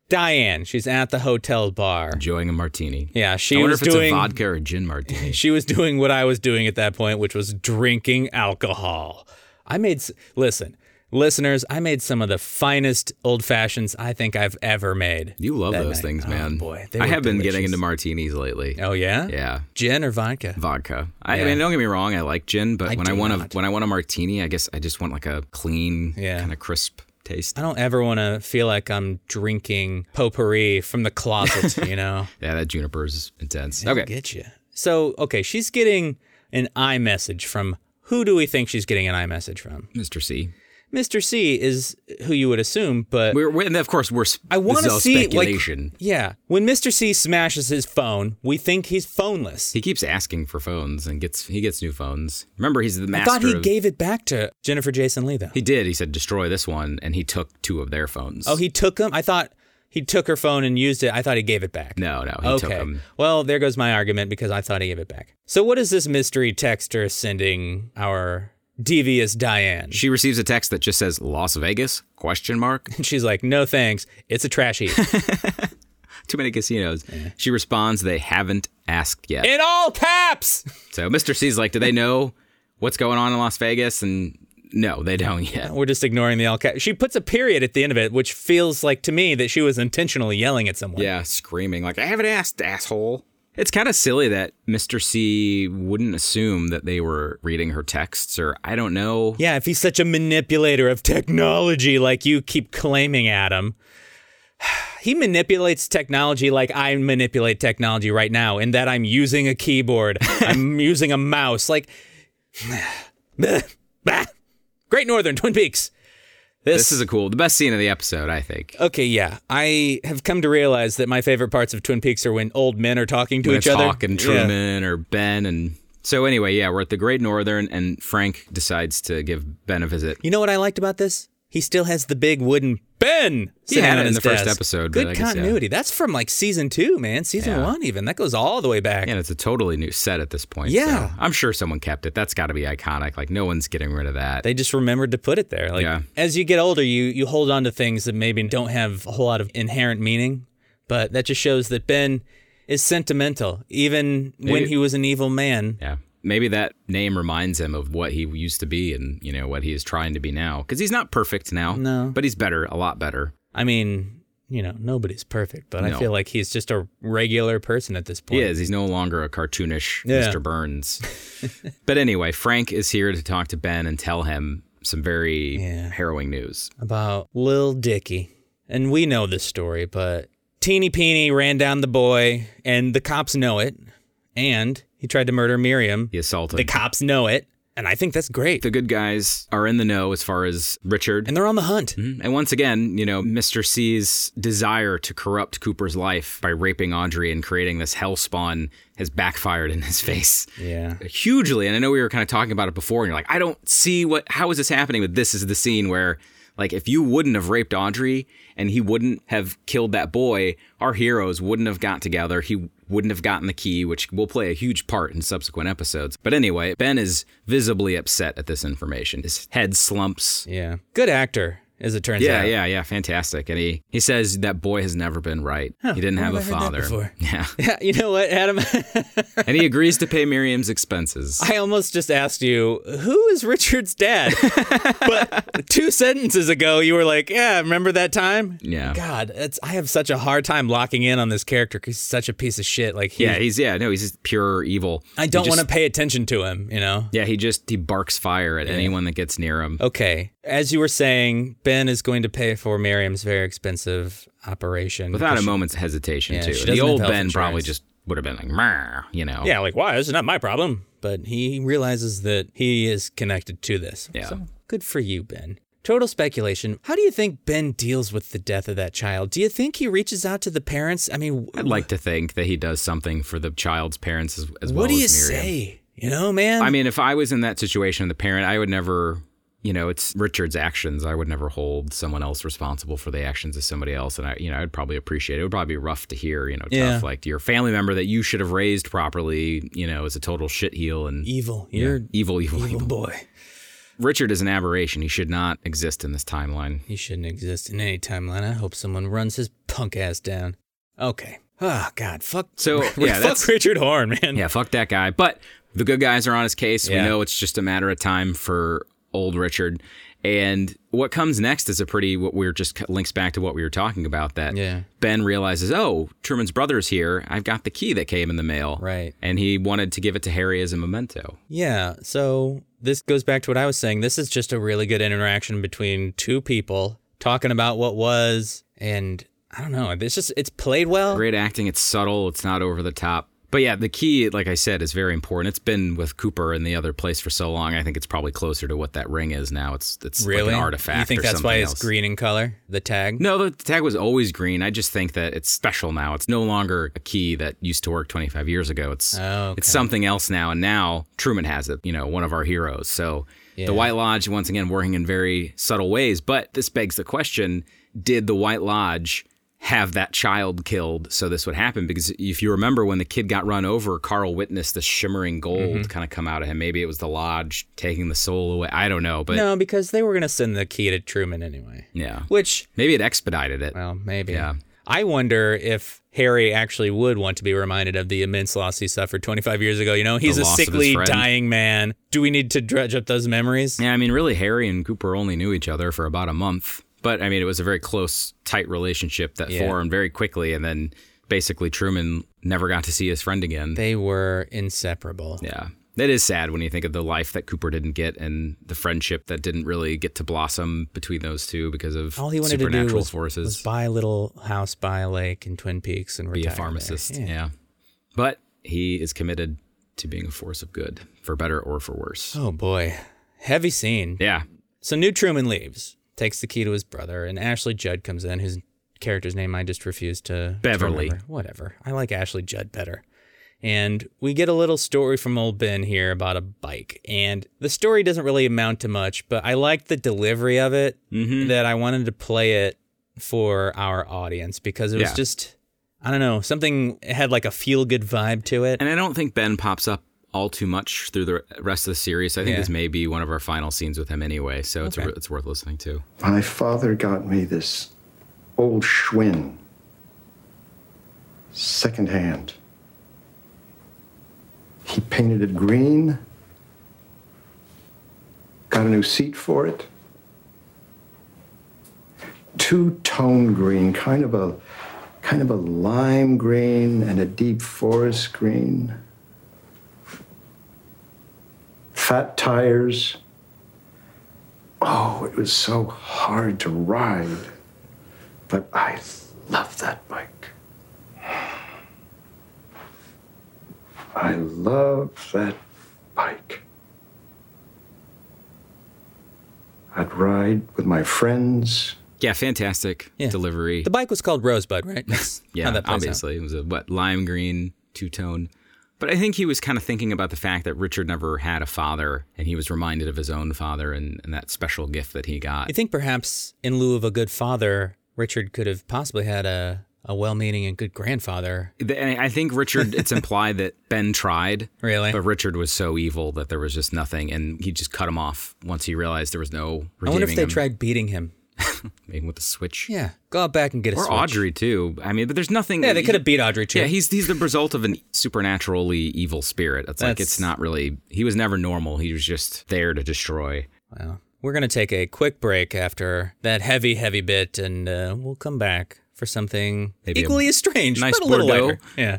[SPEAKER 1] Diane, she's at the hotel bar.
[SPEAKER 2] Enjoying a martini.
[SPEAKER 1] Yeah,
[SPEAKER 2] I
[SPEAKER 1] she
[SPEAKER 2] wonder
[SPEAKER 1] was
[SPEAKER 2] if it's
[SPEAKER 1] doing
[SPEAKER 2] a vodka or a gin martini.
[SPEAKER 1] she was doing what I was doing at that point, which was drinking alcohol. I made s- listen, listeners, I made some of the finest old fashions I think I've ever made.
[SPEAKER 2] You love
[SPEAKER 1] that
[SPEAKER 2] those
[SPEAKER 1] night.
[SPEAKER 2] things,
[SPEAKER 1] Oh,
[SPEAKER 2] man.
[SPEAKER 1] boy, they
[SPEAKER 2] I
[SPEAKER 1] were
[SPEAKER 2] have been getting
[SPEAKER 1] delicious.
[SPEAKER 2] into martinis lately.
[SPEAKER 1] Oh yeah?
[SPEAKER 2] Yeah.
[SPEAKER 1] Gin or vodka?
[SPEAKER 2] vodka. I, I mean, don't get me wrong, I like gin, but when
[SPEAKER 1] do
[SPEAKER 2] I want
[SPEAKER 1] not.
[SPEAKER 2] a when I want a martini, I guess I just want like a clean,
[SPEAKER 1] Yeah.
[SPEAKER 2] kind of crisp taste.
[SPEAKER 1] I don't ever want to feel like I'm drinking potpourri from the closet, you know?
[SPEAKER 2] Yeah, that juniper's intense. Okay,
[SPEAKER 1] Get you. So, okay, she's getting an iMessage from who do we think she's getting an iMessage from?
[SPEAKER 2] Mr. C.
[SPEAKER 1] Mr. C is who you would assume, but
[SPEAKER 2] We're, we and of course, we're.
[SPEAKER 1] I want to see like
[SPEAKER 2] speculation.
[SPEAKER 1] yeah, when Mr. C smashes his phone, we think he's phoneless.
[SPEAKER 2] he keeps asking for phones and gets he gets new phones. Remember, he's the
[SPEAKER 1] I
[SPEAKER 2] master.
[SPEAKER 1] thought he
[SPEAKER 2] of,
[SPEAKER 1] gave it back to Jennifer Jason Lee though.
[SPEAKER 2] He did. He said destroy this one, and he took two of their phones.
[SPEAKER 1] oh, he took them. I thought he took her phone and used it. I thought he gave it back.
[SPEAKER 2] no, no, he
[SPEAKER 1] okay.
[SPEAKER 2] took them.
[SPEAKER 1] Well, there goes my argument because I thought he gave it back. So what is this mystery texter sending our devious Diane?
[SPEAKER 2] She receives a text that just says Las Vegas question mark.
[SPEAKER 1] She's like, "No thanks. It's a trash heap."
[SPEAKER 2] Too many casinos. She responds they haven't asked yet.
[SPEAKER 1] In all caps.
[SPEAKER 2] So Mr. C's like, do they know what's going on in Las Vegas? And no, they don't yet.
[SPEAKER 1] We're just ignoring the all caps. She puts a period at the end of it, which feels like to me that she was intentionally yelling at someone.
[SPEAKER 2] Yeah, screaming like, I haven't asked, asshole. It's kind of silly that Mr. C wouldn't assume that they were reading her texts, or I don't know.
[SPEAKER 1] Yeah, if he's such a manipulator of technology like you keep claiming, Adam, he manipulates technology like I manipulate technology right now, in that I'm using a keyboard, I'm using a mouse. Like, Bah. Great Northern, Twin Peaks.
[SPEAKER 2] This is a cool, the best scene of the episode, I think.
[SPEAKER 1] Okay, yeah. I have come to realize that my favorite parts of Twin Peaks are when old men are talking to
[SPEAKER 2] When
[SPEAKER 1] each
[SPEAKER 2] it's
[SPEAKER 1] other.
[SPEAKER 2] Hawk and
[SPEAKER 1] Yeah.
[SPEAKER 2] Truman or Ben and. So anyway, yeah, we're at the Great Northern, and Frank decides to give Ben a visit.
[SPEAKER 1] You know what I liked about this? He still has the big wooden Ben.
[SPEAKER 2] He
[SPEAKER 1] sitting
[SPEAKER 2] had
[SPEAKER 1] on
[SPEAKER 2] it in
[SPEAKER 1] his
[SPEAKER 2] the first
[SPEAKER 1] desk.
[SPEAKER 2] episode, but
[SPEAKER 1] Good
[SPEAKER 2] I guess, yeah.
[SPEAKER 1] continuity. That's from like season two, man. Season
[SPEAKER 2] Yeah.
[SPEAKER 1] one, even that goes all the way back.
[SPEAKER 2] And it's a totally new set at this point. so
[SPEAKER 1] Yeah.
[SPEAKER 2] I'm sure someone kept it. That's got to be iconic. Like, no one's getting rid of that.
[SPEAKER 1] They just remembered to put it there. Like
[SPEAKER 2] Yeah.
[SPEAKER 1] as you get older, you you hold on to things that maybe don't have a whole lot of inherent meaning, but that just shows that Ben is sentimental, even when
[SPEAKER 2] Maybe-
[SPEAKER 1] he was an evil man.
[SPEAKER 2] yeah. Maybe that name reminds him of what he used to be and, you know, what he is trying to be now. Because he's not perfect now.
[SPEAKER 1] No.
[SPEAKER 2] But he's better, a lot better.
[SPEAKER 1] I mean, you know, nobody's perfect, but I
[SPEAKER 2] No.
[SPEAKER 1] feel like he's just a regular person at this
[SPEAKER 2] He
[SPEAKER 1] point.
[SPEAKER 2] is. He's no longer a cartoonish
[SPEAKER 1] Yeah.
[SPEAKER 2] Mr. Burns. but anyway, Frank is here to talk to Ben and tell him some very
[SPEAKER 1] Yeah.
[SPEAKER 2] harrowing news.
[SPEAKER 1] about Lil Dicky. And we know this story, but Teeny Peeny ran down the boy, and the cops know it. And he tried to murder Miriam.
[SPEAKER 2] He assaulted.
[SPEAKER 1] The cops know it. And I think that's great.
[SPEAKER 2] the good guys are in the know as far as Richard Mm-hmm.
[SPEAKER 1] and they're on the hunt.
[SPEAKER 2] And once again, you know, Mr. C's desire to corrupt Cooper's life by raping Audrey and creating this hell spawn has backfired in his face
[SPEAKER 1] Yeah.
[SPEAKER 2] hugely. And I know we were kind of talking about it before, and you're like, I don't see what, how is this happening? But this is the scene where, like, if you wouldn't have raped Audrey and he wouldn't have killed that boy, our heroes wouldn't have got together. He wouldn't have gotten the key, which will play a huge part in subsequent episodes. But anyway, Ben is visibly upset at this information. His head slumps.
[SPEAKER 1] Yeah. Good actor, as it turns
[SPEAKER 2] Yeah,
[SPEAKER 1] out.
[SPEAKER 2] yeah, yeah, fantastic. And he he says that boy has never been right. he didn't
[SPEAKER 1] where
[SPEAKER 2] have a
[SPEAKER 1] have I heard that
[SPEAKER 2] father.
[SPEAKER 1] before?
[SPEAKER 2] Yeah,
[SPEAKER 1] Yeah. You know what, Adam?
[SPEAKER 2] and he agrees to pay Miriam's expenses.
[SPEAKER 1] I almost just asked you, who is Richard's dad? but two sentences ago, you were like, yeah, remember that time?
[SPEAKER 2] Yeah.
[SPEAKER 1] God, it's, I have such a hard time locking in on this character because he's such a piece of shit. Like, he,
[SPEAKER 2] Yeah, he's yeah, no, he's just pure evil.
[SPEAKER 1] I
[SPEAKER 2] He
[SPEAKER 1] don't
[SPEAKER 2] just-
[SPEAKER 1] want to pay attention to him, you know?
[SPEAKER 2] Yeah, he just he barks fire at anyone that gets near
[SPEAKER 1] Oh,
[SPEAKER 2] him.
[SPEAKER 1] Okay. As you were saying, Ben is going to pay for Miriam's very expensive operation.
[SPEAKER 2] Without a moment's hesitation,
[SPEAKER 1] Yeah,
[SPEAKER 2] too.
[SPEAKER 1] she
[SPEAKER 2] And
[SPEAKER 1] doesn't
[SPEAKER 2] The
[SPEAKER 1] have
[SPEAKER 2] old Ben
[SPEAKER 1] health
[SPEAKER 2] probably
[SPEAKER 1] insurance.
[SPEAKER 2] just would have been like, "Meh," you know.
[SPEAKER 1] yeah, like, why? This is not my problem. But he realizes that he is connected to this.
[SPEAKER 2] Yeah.
[SPEAKER 1] So good for you, Ben. Total speculation. How do you think Ben deals with the death of that child? Do you think he reaches out to the parents? I mean,
[SPEAKER 2] I'd like to think that he does something for the child's parents as, as well
[SPEAKER 1] what do you
[SPEAKER 2] as Miriam.
[SPEAKER 1] say? You know, man?
[SPEAKER 2] I mean, if I was in that situation, the parent, I would never, you know, it's Richard's actions. I would never hold someone else responsible for the actions of somebody else. And I, you know, I'd probably appreciate it. It would probably be rough to hear, you know, tough.
[SPEAKER 1] Yeah.
[SPEAKER 2] Like your family member that you should have raised properly, you know, is a total shitheel and
[SPEAKER 1] evil.
[SPEAKER 2] yeah,
[SPEAKER 1] You're
[SPEAKER 2] evil, evil,
[SPEAKER 1] evil
[SPEAKER 2] evil.
[SPEAKER 1] boy.
[SPEAKER 2] Richard is an aberration. He should not exist in this timeline.
[SPEAKER 1] He shouldn't exist in any timeline. I hope someone runs his punk ass down. Okay. Oh God, fuck.
[SPEAKER 2] So,
[SPEAKER 1] fuck
[SPEAKER 2] yeah, that's-
[SPEAKER 1] Richard Horn, man.
[SPEAKER 2] Yeah, fuck that guy. But the good guys are on his case.
[SPEAKER 1] Yeah.
[SPEAKER 2] We know it's just a matter of time for old Richard. And what comes next is a pretty what we are just links back to what we were talking about that
[SPEAKER 1] Yeah.
[SPEAKER 2] Ben realizes, "Oh, Truman's brother's here. I've got the key that came in the mail."
[SPEAKER 1] Right.
[SPEAKER 2] And he wanted to give it to Harry as a memento.
[SPEAKER 1] Yeah. So this goes back to what I was saying. This is just a really good interaction between two people talking about what was, and I don't know. It's just it's played well.
[SPEAKER 2] Great acting. It's subtle. It's not over the top. But yeah, the key, like I said, is very important. It's been with Cooper and the other place for so long. I think it's probably closer to what that ring is now. It's it's like
[SPEAKER 1] Really?
[SPEAKER 2] an artifact.
[SPEAKER 1] You think
[SPEAKER 2] or
[SPEAKER 1] that's
[SPEAKER 2] something
[SPEAKER 1] why it's
[SPEAKER 2] else.
[SPEAKER 1] green in color? The tag?
[SPEAKER 2] No, the tag was always green. I just think that it's special now. It's no longer a key that used to work 25 years ago. It's
[SPEAKER 1] Oh,
[SPEAKER 2] it's something else now. And now Truman has it. You know, one of our heroes. So the White Lodge, once again, working in very subtle ways. But this begs the question: Did the White Lodge? Have that child killed so this would happen because if you remember when the kid got run over, Carl witnessed the shimmering gold
[SPEAKER 1] Mm-hmm.
[SPEAKER 2] kind of come out of him. Maybe it was the lodge taking the soul away. I don't know, but
[SPEAKER 1] No, because they were going to send the key to Truman anyway.
[SPEAKER 2] yeah,
[SPEAKER 1] Which,
[SPEAKER 2] maybe it expedited it.
[SPEAKER 1] well, maybe.
[SPEAKER 2] Yeah.
[SPEAKER 1] I wonder if Harry actually would want to be reminded of the immense loss he suffered 25 years ago. You know, he's
[SPEAKER 2] The
[SPEAKER 1] a
[SPEAKER 2] loss of his
[SPEAKER 1] sickly,
[SPEAKER 2] friend.
[SPEAKER 1] dying man. Do we need to dredge up those memories?
[SPEAKER 2] Yeah, I mean, really, Harry and Cooper only knew each other for about a month, but I mean, it was a very close, tight relationship that
[SPEAKER 1] Yeah.
[SPEAKER 2] formed very quickly, and then basically Truman never got to see his friend again.
[SPEAKER 1] They were inseparable.
[SPEAKER 2] yeah, that is sad when you think of the life that Cooper didn't get and the friendship that didn't really get to blossom between those two because of
[SPEAKER 1] All he wanted to
[SPEAKER 2] supernatural
[SPEAKER 1] do was,
[SPEAKER 2] forces.
[SPEAKER 1] was buy a little house by a lake in Twin Peaks and
[SPEAKER 2] be a
[SPEAKER 1] retire there.
[SPEAKER 2] pharmacist.
[SPEAKER 1] Yeah.
[SPEAKER 2] Yeah. but he is committed to being a force of good, for better or for worse.
[SPEAKER 1] Oh boy, heavy scene.
[SPEAKER 2] Yeah,
[SPEAKER 1] So new Truman leaves, takes the key to his brother, and Ashley Judd comes in, whose character's name I just refuse to to
[SPEAKER 2] Beverly.
[SPEAKER 1] remember. Whatever. I like Ashley Judd better. And we get a little story from old Ben here about a bike. And the story doesn't really amount to much, but I like the delivery of it
[SPEAKER 2] Mm-hmm.
[SPEAKER 1] that I wanted to play it for our audience because it was
[SPEAKER 2] Yeah.
[SPEAKER 1] just I don't know, something it had like a feel good vibe to it.
[SPEAKER 2] And I don't think Ben pops up all too much through the rest of the series. I think
[SPEAKER 1] Yeah.
[SPEAKER 2] this may be one of our final scenes with him anyway, so it's it's worth listening to.
[SPEAKER 3] My father got me this old Schwinn, secondhand. He painted it green, got a new seat for it. Two tone green, kind of a kind of a lime green and a deep forest green. Fat tires. Oh, it was so hard to ride. But I love that bike. I love that bike. I'd ride with my friends.
[SPEAKER 2] Yeah, fantastic
[SPEAKER 1] Yeah.
[SPEAKER 2] delivery.
[SPEAKER 1] The bike was called Rosebud, right? That's
[SPEAKER 2] yeah,
[SPEAKER 1] how that plays out.
[SPEAKER 2] obviously it was a what lime green two tone. But I think he was kind of thinking about the fact that Richard never had a father, and he was reminded of his own father and, and that special gift that he got.
[SPEAKER 1] I think perhaps in lieu of a good father, Richard could have possibly had a, a well meaning and good grandfather.
[SPEAKER 2] Th- And I think Richard, it's implied that Ben tried.
[SPEAKER 1] Really?
[SPEAKER 2] But Richard was so evil that there was just nothing, and he just cut him off once he realized there was no redeeming
[SPEAKER 1] I wonder if they
[SPEAKER 2] him.
[SPEAKER 1] tried beating him.
[SPEAKER 2] Maybe with the switch.
[SPEAKER 1] Yeah. Go out back and get a
[SPEAKER 2] Or
[SPEAKER 1] switch.
[SPEAKER 2] Audrey too. I mean, but there's nothing.
[SPEAKER 1] Yeah, they could have beat Audrey too.
[SPEAKER 2] Yeah, he's he's the result of an supernaturally evil spirit. It's like
[SPEAKER 1] That's-
[SPEAKER 2] it's not really. He was never normal. He was just there to destroy.
[SPEAKER 1] Well, we're going to take a quick break after that heavy, heavy bit, and uh, we'll come back for something
[SPEAKER 2] Maybe a
[SPEAKER 1] equally as strange,
[SPEAKER 2] nice
[SPEAKER 1] but a little
[SPEAKER 2] Bordeaux.
[SPEAKER 1] lighter. Yeah.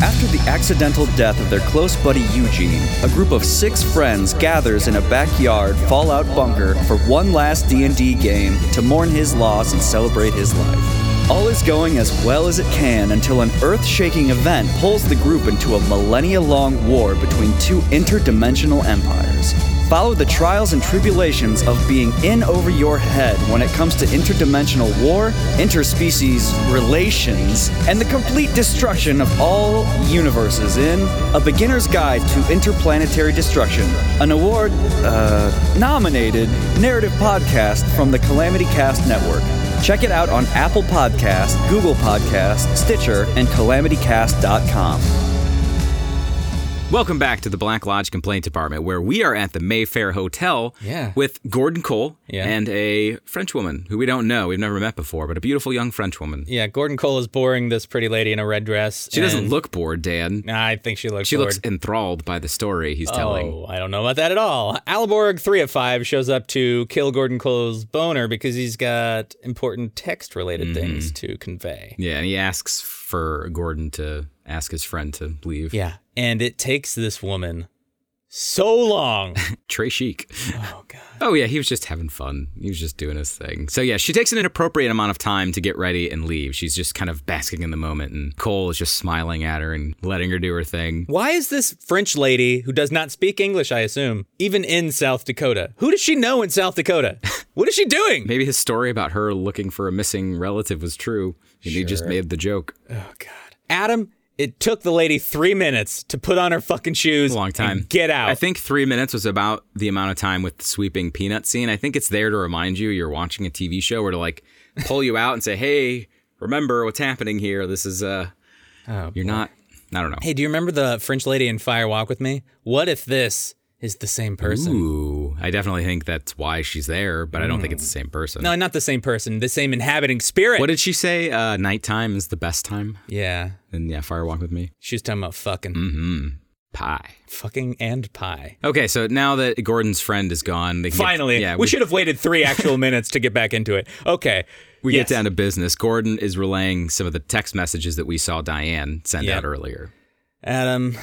[SPEAKER 4] After the accidental death of their close buddy Eugene, a group of six friends gathers in a backyard fallout bunker for one last D&D game to mourn his loss and celebrate his life. All is going as well as it can until an earth-shaking event pulls the group into a millennia-long war between two interdimensional empires. Follow the trials and tribulations of being in over your head when it comes to interdimensional war, interspecies relations, and the complete destruction of all universes in A Beginner's Guide to Interplanetary Destruction, an award uh, nominated narrative podcast from the Calamity Cast Network. Check it out on Apple Podcast, Google Podcast, Stitcher, and calamitycast.com.
[SPEAKER 2] Welcome back to the Black Lodge Complaint Department, where we are at the Mayfair Hotel
[SPEAKER 1] Yeah.
[SPEAKER 2] with Gordon Cole
[SPEAKER 1] Yeah.
[SPEAKER 2] and a French woman who we don't know, we've never met before, but a beautiful young French woman.
[SPEAKER 1] Yeah. Gordon Cole is boring this pretty lady in a red dress.
[SPEAKER 2] She doesn't
[SPEAKER 1] and-
[SPEAKER 2] look bored, Dan.
[SPEAKER 1] Nah, I think she looks
[SPEAKER 2] She looks
[SPEAKER 1] bored.
[SPEAKER 2] enthralled by the story he's telling.
[SPEAKER 1] Oh, I don't know about that at all. Alborg three of five shows up to kill Gordon Cole's boner because he's got important text related
[SPEAKER 2] Mm-hmm.
[SPEAKER 1] things to convey.
[SPEAKER 2] Yeah, and he asks for Gordon to ask his friend to leave.
[SPEAKER 1] Yeah. And it takes this woman so long.
[SPEAKER 2] Trey Chic.
[SPEAKER 1] oh god.
[SPEAKER 2] Oh yeah, he was just having fun. He was just doing his thing. So yeah, she takes an inappropriate amount of time to get ready and leave. She's just kind of basking in the moment, and Cole is just smiling at her and letting her do her thing.
[SPEAKER 1] Why is this French lady, who does not speak English, I assume, even in South Dakota? Who does she know in South Dakota? What is she doing?
[SPEAKER 2] Maybe his story about her looking for a missing relative was true, and he just made the joke.
[SPEAKER 1] Oh, God. Adam, it took the lady three minutes to put on her fucking shoes.
[SPEAKER 2] A long time.
[SPEAKER 1] and get out.
[SPEAKER 2] I think three minutes was about the amount of time with the sweeping peanut scene. I think it's there to remind you you're watching a TV show or to like pull you out and say, "Hey, remember what's happening here? This is uh, you're not. I don't know.
[SPEAKER 1] Oh, hey, do you remember the French lady in Fire Walk with Me? What if this is the same person?
[SPEAKER 2] Ooh, I definitely think that's why she's there, but I don't think it's the same person.
[SPEAKER 1] Hmm. No, not the same person, the same inhabiting spirit.
[SPEAKER 2] What did she say? Uh, nighttime is the best time.
[SPEAKER 1] yeah.
[SPEAKER 2] And yeah, firewalk with me.
[SPEAKER 1] She was talking about fucking.
[SPEAKER 2] Mm-hmm. Pie.
[SPEAKER 1] Fucking and pie.
[SPEAKER 2] Okay, so now that Gordon's friend is gone, they can get-
[SPEAKER 1] Finally,
[SPEAKER 2] yeah,
[SPEAKER 1] we, should have waited three actual minutes to get back into it. Okay.
[SPEAKER 2] We
[SPEAKER 1] Yes.
[SPEAKER 2] get down to business. Gordon is relaying some of the text messages that we saw Diane send
[SPEAKER 1] Yeah.
[SPEAKER 2] out earlier.
[SPEAKER 1] Adam,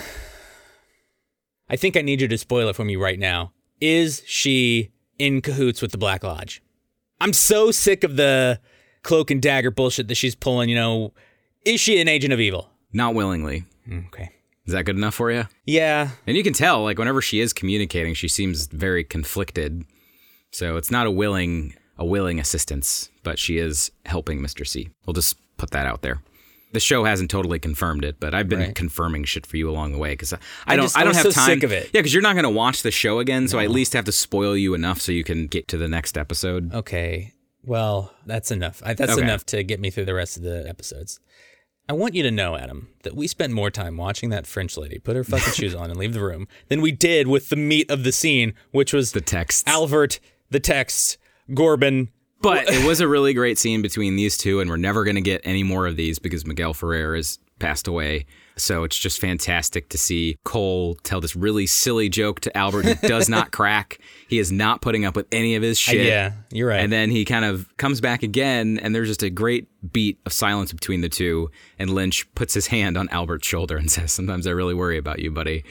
[SPEAKER 1] I think I need you to spoil it for me right now. Is she in cahoots with the Black Lodge? I'm so sick of the cloak and dagger bullshit that she's pulling. You know, is she an agent of evil?
[SPEAKER 2] Not willingly.
[SPEAKER 1] Okay.
[SPEAKER 2] Is that good enough for you?
[SPEAKER 1] Yeah.
[SPEAKER 2] And you can tell, like, whenever she is communicating, she seems very conflicted. So it's not a willing a willing assistance, but she is helping Mr. C. We'll just put that out there. The show hasn't totally confirmed it, but I've been confirming shit for you along the way because I, I don't
[SPEAKER 1] just-
[SPEAKER 2] I
[SPEAKER 1] I
[SPEAKER 2] don't
[SPEAKER 1] was
[SPEAKER 2] have
[SPEAKER 1] so
[SPEAKER 2] time.
[SPEAKER 1] sick of it.
[SPEAKER 2] Yeah, because you're not going to watch the show again, so I at least have to spoil you enough so you can get to the next
[SPEAKER 1] Oh.
[SPEAKER 2] episode.
[SPEAKER 1] Okay. Well, that's enough. I, that's
[SPEAKER 2] Okay.
[SPEAKER 1] enough to get me through the rest of the episodes. I want you to know, Adam, that we spent more time watching that French lady put her fucking shoes on and leave the room than we did with the meat of the scene, which was
[SPEAKER 2] The text.
[SPEAKER 1] Albert, the text, Gorbin.
[SPEAKER 2] But it was a really great scene between these two, and we're never going to get any more of these because Miguel Ferrer has passed away. So it's just fantastic to see Cole tell this really silly joke to Albert, who does not crack. He is not putting up with any of his shit.
[SPEAKER 1] Yeah, you're right.
[SPEAKER 2] And then he kind of comes back again, and there's just a great beat of silence between the two. And Lynch puts his hand on Albert's shoulder and says, Sometimes I really worry about you, buddy.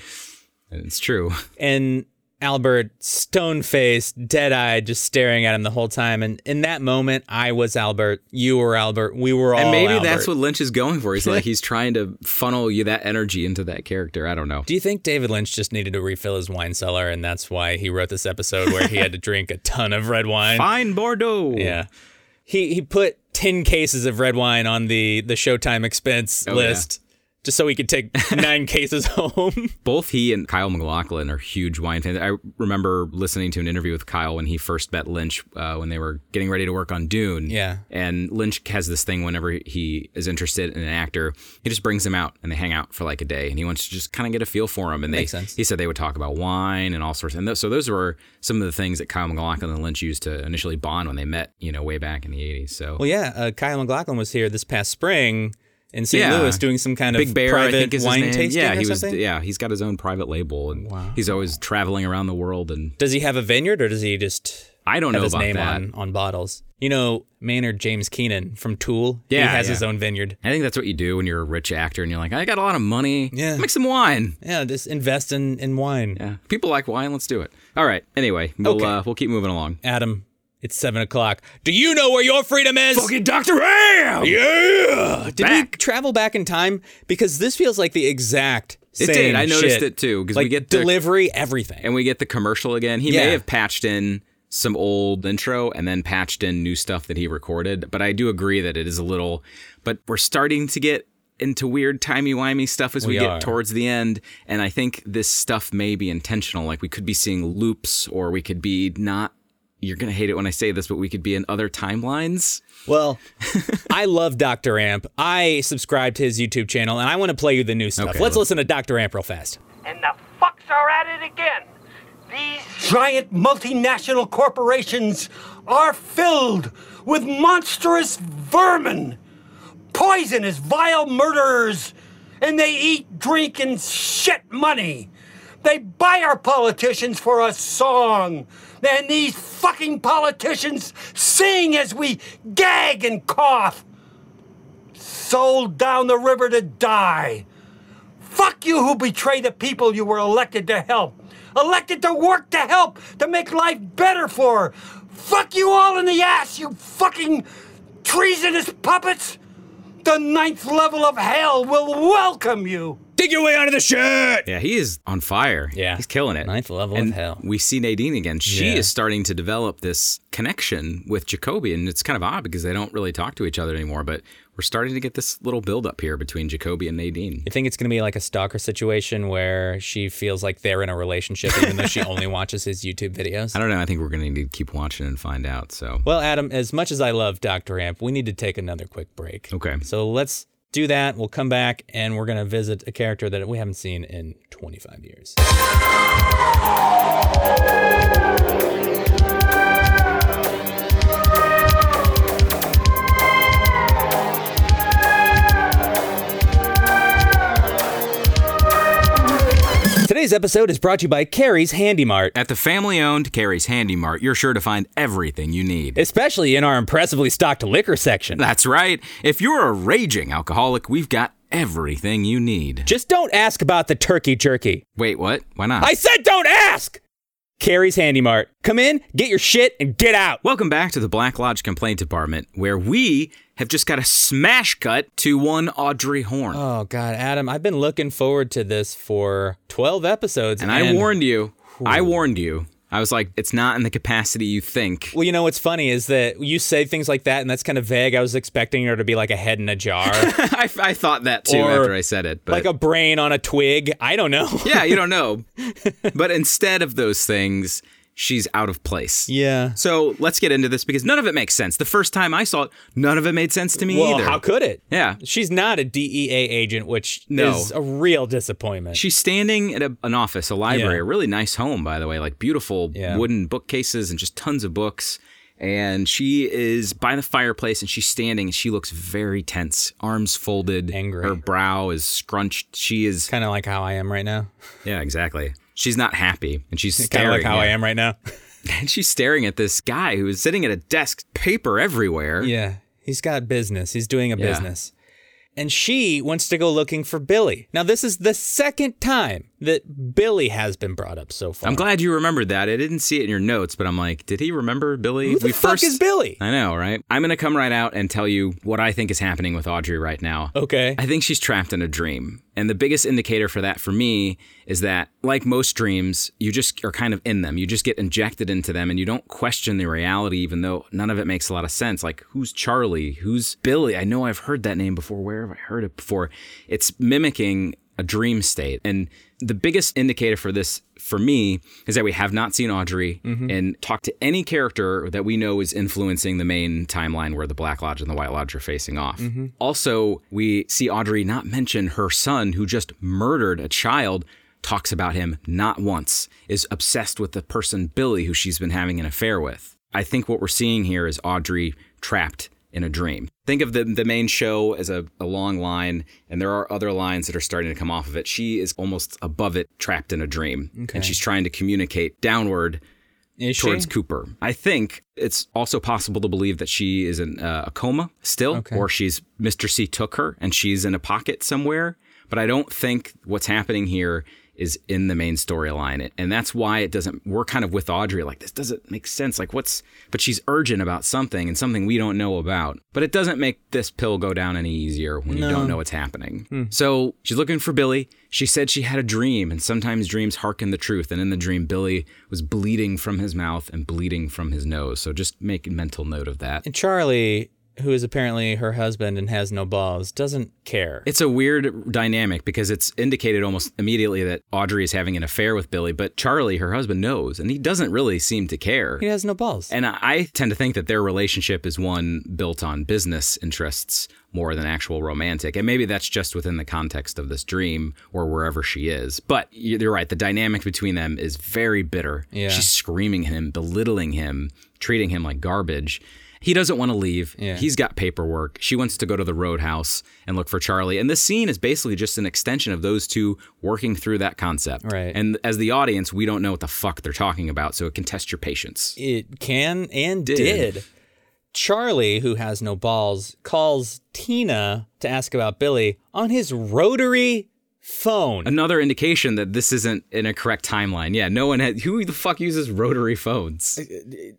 [SPEAKER 2] And it's true.
[SPEAKER 1] and Albert, stone faced, dead eyed, just staring at him the whole time. And in that moment, I was Albert, you were Albert, we were all.
[SPEAKER 2] And maybe that's
[SPEAKER 1] Albert.
[SPEAKER 2] what Lynch is going for. He's like he's trying to funnel you that energy into that character. I don't know.
[SPEAKER 1] Do you think David Lynch just needed to refill his wine cellar, and that's why he wrote this episode where he had to drink a ton of red wine?
[SPEAKER 2] Fine Bordeaux.
[SPEAKER 1] Yeah, he he put ten cases of red wine on the the Showtime expense list just so he could take nine cases home.
[SPEAKER 2] Both he and Kyle McLaughlin are huge wine fans. I remember listening to an interview with Kyle when he first met Lynch uh, when they were getting ready to work on Dune.
[SPEAKER 1] Yeah.
[SPEAKER 2] And Lynch has this thing whenever he is interested in an actor, he just brings them out and they hang out for like a day and he wants to just kind of get a feel for him. And they,
[SPEAKER 1] Makes sense.
[SPEAKER 2] he said they would talk about wine and all sorts. And th- so those were some of the things that Kyle McLaughlin and Lynch used to initially bond when they met, you know, way back in the 80s. So
[SPEAKER 1] well, yeah, uh, Kyle McLaughlin was here this past spring in St.
[SPEAKER 2] Yeah.
[SPEAKER 1] Louis doing some kind
[SPEAKER 2] Big
[SPEAKER 1] of
[SPEAKER 2] Bear,
[SPEAKER 1] private
[SPEAKER 2] I think is
[SPEAKER 1] wine
[SPEAKER 2] his name.
[SPEAKER 1] tasting
[SPEAKER 2] yeah,
[SPEAKER 1] or
[SPEAKER 2] he
[SPEAKER 1] something.
[SPEAKER 2] was. Yeah, he's got his own private label, and he's always traveling around the world. And
[SPEAKER 1] Does he have a vineyard, or does he just
[SPEAKER 2] I don't
[SPEAKER 1] have
[SPEAKER 2] know
[SPEAKER 1] his
[SPEAKER 2] about
[SPEAKER 1] name
[SPEAKER 2] that.
[SPEAKER 1] on on bottles? You know, Maynard James Keenan from Tool. he
[SPEAKER 2] Yeah,
[SPEAKER 1] has his
[SPEAKER 2] yeah.
[SPEAKER 1] own vineyard.
[SPEAKER 2] I think that's what you do when you're a rich actor, and you're like, I got a lot of money.
[SPEAKER 1] Yeah.
[SPEAKER 2] make some wine.
[SPEAKER 1] Yeah, just invest in in wine.
[SPEAKER 2] Yeah, people like wine. Let's do it. All right. Anyway, we'll
[SPEAKER 1] Okay.
[SPEAKER 2] uh, we'll keep moving along.
[SPEAKER 1] Adam, it's seven o'clock. Do you know where your freedom is?
[SPEAKER 2] Doctor Ram.
[SPEAKER 1] yeah. Did we
[SPEAKER 2] Back.
[SPEAKER 1] travel back in time? Because this feels like the exact
[SPEAKER 2] It
[SPEAKER 1] same.
[SPEAKER 2] did. I noticed
[SPEAKER 1] shit.
[SPEAKER 2] it too, 'cause we
[SPEAKER 1] like
[SPEAKER 2] get the-
[SPEAKER 1] delivery, everything.
[SPEAKER 2] And we get the commercial again. He
[SPEAKER 1] Yeah.
[SPEAKER 2] may have patched in some old intro and then patched in new stuff that he recorded, but I do agree that it is a little. But we're starting to get into weird timey wimey stuff as we,
[SPEAKER 1] We
[SPEAKER 2] get
[SPEAKER 1] are.
[SPEAKER 2] towards the end, and I think this stuff may be intentional. Like we could be seeing loops, or we could be not. You're gonna hate it when I say this, but we could be in other timelines.
[SPEAKER 1] well, I love Dr. Amp. I subscribe to his YouTube channel, and I want to play you the new stuff.
[SPEAKER 2] Okay,
[SPEAKER 1] let's
[SPEAKER 2] let's-
[SPEAKER 1] listen to Dr. Amp real fast.
[SPEAKER 5] And the fucks are at it again. These
[SPEAKER 6] giant multinational corporations are filled with monstrous vermin, poisonous, vile murderers, and they eat, drink, and shit money. They buy our politicians for a song, and these fucking politicians sing as we gag and cough. Sold down the river to die. Fuck you who betray the people you were elected to help. elected to work to help, to make life better for her. Fuck you all in the ass, you fucking treasonous puppets! The ninth level of hell will welcome you!
[SPEAKER 1] Dig your way out of the shit.
[SPEAKER 2] Yeah, he is on fire.
[SPEAKER 1] Yeah.
[SPEAKER 2] He's killing it.
[SPEAKER 1] Ninth level of
[SPEAKER 2] and
[SPEAKER 1] hell.
[SPEAKER 2] We see Nadine again. She
[SPEAKER 1] Yeah.
[SPEAKER 2] is starting to develop this connection with Jacoby, and it's kind of odd because they don't really talk to each other anymore, but we're starting to get this little buildup here between Jacoby and Nadine.
[SPEAKER 1] You think it's gonna be like a stalker situation where she feels like they're in a relationship even though she only watches his YouTube videos?
[SPEAKER 2] I don't know. I think we're going to need to keep watching and find out. So,
[SPEAKER 1] Well, Adam, as much as I love Dr. Amp, we need to take another quick break.
[SPEAKER 2] Okay.
[SPEAKER 1] So let's do that. We'll come back and we're going to visit a character that we haven't seen in 25 years. Today's episode is brought to you by Carrie's Handy Mart.
[SPEAKER 2] at the family owned Carrie's Handy Mart, you're sure to find everything you need.
[SPEAKER 1] especially in our impressively stocked liquor section.
[SPEAKER 2] That's right. If you're a raging alcoholic, we've got everything you need.
[SPEAKER 1] Just don't ask about the turkey jerky.
[SPEAKER 2] Wait, what? Why not?
[SPEAKER 1] I said don't ask! Carrie's Handy Mart. Come in, get your shit, and get out.
[SPEAKER 2] Welcome back to the Black Lodge Complaint Department, where we have just got a smash cut to one Audrey Horn.
[SPEAKER 1] Oh, God, Adam, I've been looking forward to this for 12 episodes.
[SPEAKER 2] and I warned you. I warned you. I was like, it's not in the capacity you think.
[SPEAKER 1] Well, you know what's funny is that you say things like that, and that's kind of vague. I was expecting her to be like a head in a jar,
[SPEAKER 2] I, I thought that too
[SPEAKER 1] Or
[SPEAKER 2] after I said it. But
[SPEAKER 1] like a brain on a twig. I don't know.
[SPEAKER 2] yeah, you don't know. but instead of those things, she's out of place.
[SPEAKER 1] Yeah.
[SPEAKER 2] So let's get into this because none of it makes sense. The first time I saw it, none of it made sense to me
[SPEAKER 1] Well,
[SPEAKER 2] either.
[SPEAKER 1] how could it?
[SPEAKER 2] Yeah.
[SPEAKER 1] She's not a DEA agent, which
[SPEAKER 2] No.
[SPEAKER 1] is a real disappointment.
[SPEAKER 2] She's standing at a, an office, a library,
[SPEAKER 1] Yeah.
[SPEAKER 2] a really nice home, by the way, like beautiful
[SPEAKER 1] Yeah.
[SPEAKER 2] wooden bookcases and just tons of books. And she is by the fireplace and she's standing and she looks very tense, arms folded.
[SPEAKER 1] Angry.
[SPEAKER 2] Her brow is scrunched. She is,
[SPEAKER 1] kind of like how I am right now.
[SPEAKER 2] yeah, exactly. She's not happy and she's
[SPEAKER 1] Kind
[SPEAKER 2] staring.
[SPEAKER 1] of like how
[SPEAKER 2] at-
[SPEAKER 1] I am right now.
[SPEAKER 2] And she's staring at this guy who is sitting at a desk, paper everywhere.
[SPEAKER 1] Yeah, he's got business. He's doing a
[SPEAKER 2] Yeah.
[SPEAKER 1] business. And she wants to go looking for Billy. Now, this is the second time that Billy has been brought up so far.
[SPEAKER 2] I'm glad you remembered that. I didn't see it in your notes, but I'm like, did he remember Billy?
[SPEAKER 1] Who the fuck is Billy?
[SPEAKER 2] I know, right? I'm going to come right out and tell you what I think is happening with Audrey right now.
[SPEAKER 1] Okay.
[SPEAKER 2] I think she's trapped in a dream. And the biggest indicator for that for me is that, like most dreams, you just are kind of in them. You just get injected into them and you don't question the reality, even though none of it makes a lot of sense. Like, who's Charlie? Who's Billy? I know I've heard that name before. Where have I heard it before? It's mimicking a dream state. And the biggest indicator for this for me is that we have not seen Audrey and talked to any character that we know is influencing the main timeline where the Black Lodge and the White Lodge are facing off. Also, we see Audrey not mention her son who just murdered a child. Talks about him not once, is obsessed with the person Billy, who she's been having an affair with. I think what we're seeing here is Audrey trapped in a dream. Think of the, the main show as a, a long line, and there are other lines that are starting to come off of it. She is almost above it, trapped in a dream. And she's trying to communicate downward
[SPEAKER 1] Is she?
[SPEAKER 2] towards Cooper. I think it's also possible to believe that she is in uh, a coma still, or she's Mr. C took her and she's in a pocket somewhere. But I don't think what's happening here is in the main storyline, and that's why it doesn't. We're kind of with Audrey, like this doesn't make sense. Like what's? But she's urgent about something and something we don't know about. But it doesn't make this pill go down any easier when you don't know what's happening. So she's looking for Billy. She said she had a dream, and sometimes dreams hearken the truth. And in the dream, Billy was bleeding from his mouth and bleeding from his nose. So just make a mental note of that.
[SPEAKER 1] and Charlie, who is apparently her husband and has no balls, doesn't care.
[SPEAKER 2] It's a weird dynamic because it's indicated almost immediately that Audrey is having an affair with Billy, but Charlie, her husband, knows, and he doesn't really seem to care.
[SPEAKER 1] he has no balls.
[SPEAKER 2] And I- I tend to think that their relationship is one built on business interests more than actual romantic. And maybe that's just within the context of this dream or wherever she is. But you're right. The dynamic between them is very bitter.
[SPEAKER 1] Yeah.
[SPEAKER 2] She's screaming at him, belittling him, treating him like garbage. He doesn't want to leave. He's got paperwork. She wants to go to the roadhouse and look for Charlie. And this scene is basically just an extension of those two working through that concept.
[SPEAKER 1] Right.
[SPEAKER 2] And as the audience, we don't know what the fuck they're talking about, so it can test your patience.
[SPEAKER 1] it can and did.
[SPEAKER 2] Did.
[SPEAKER 1] Charlie, who has no balls, calls Tina to ask about Billy on his rotary phone.
[SPEAKER 2] Another indication that this isn't in a correct timeline. Yeah, no one had. Who the fuck uses rotary phones?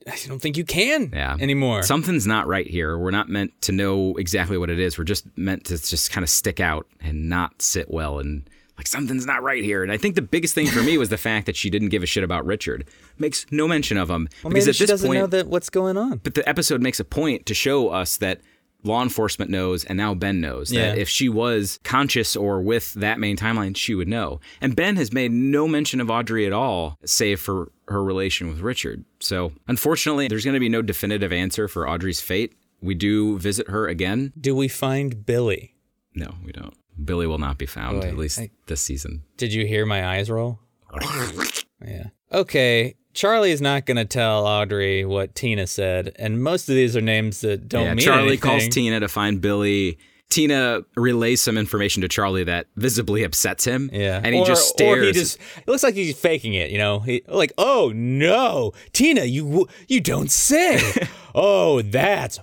[SPEAKER 1] I don't think you can
[SPEAKER 2] Yeah.
[SPEAKER 1] anymore.
[SPEAKER 2] Something's not right here. We're not meant to know exactly what it is. We're just meant to just kind of stick out and not sit well and like something's not right here. And I think the biggest thing for me was the fact that she didn't give a shit about Richard. Makes no mention of him
[SPEAKER 1] well,
[SPEAKER 2] because
[SPEAKER 1] maybe
[SPEAKER 2] at
[SPEAKER 1] she
[SPEAKER 2] this
[SPEAKER 1] doesn't
[SPEAKER 2] point
[SPEAKER 1] know that what's going on.
[SPEAKER 2] but the episode makes a point to show us that law enforcement knows and now Ben knows
[SPEAKER 1] Yeah.
[SPEAKER 2] that if she was conscious or with that main timeline, she would know. And Ben has made no mention of Audrey at all, save for her relation with Richard. So unfortunately, there's going to be no definitive answer for Audrey's fate. We do visit her again.
[SPEAKER 1] Do we find Billy?
[SPEAKER 2] No, we don't. Billy will not be found,
[SPEAKER 1] Boy,
[SPEAKER 2] at least
[SPEAKER 1] I-
[SPEAKER 2] this season.
[SPEAKER 1] Did you hear my eyes roll? yeah. Okay. Charlie is not going to tell Audrey what Tina said, and most of these are names that don't
[SPEAKER 2] yeah,
[SPEAKER 1] mean
[SPEAKER 2] Charlie
[SPEAKER 1] anything.
[SPEAKER 2] calls Tina to find Billy. Tina relays some information to Charlie that visibly upsets him.
[SPEAKER 1] Yeah.
[SPEAKER 2] And he
[SPEAKER 1] or,
[SPEAKER 2] just stares.
[SPEAKER 1] Or he just it looks like he's faking it, you know. He like, "Oh no, Tina, you w- you don't say. oh, that's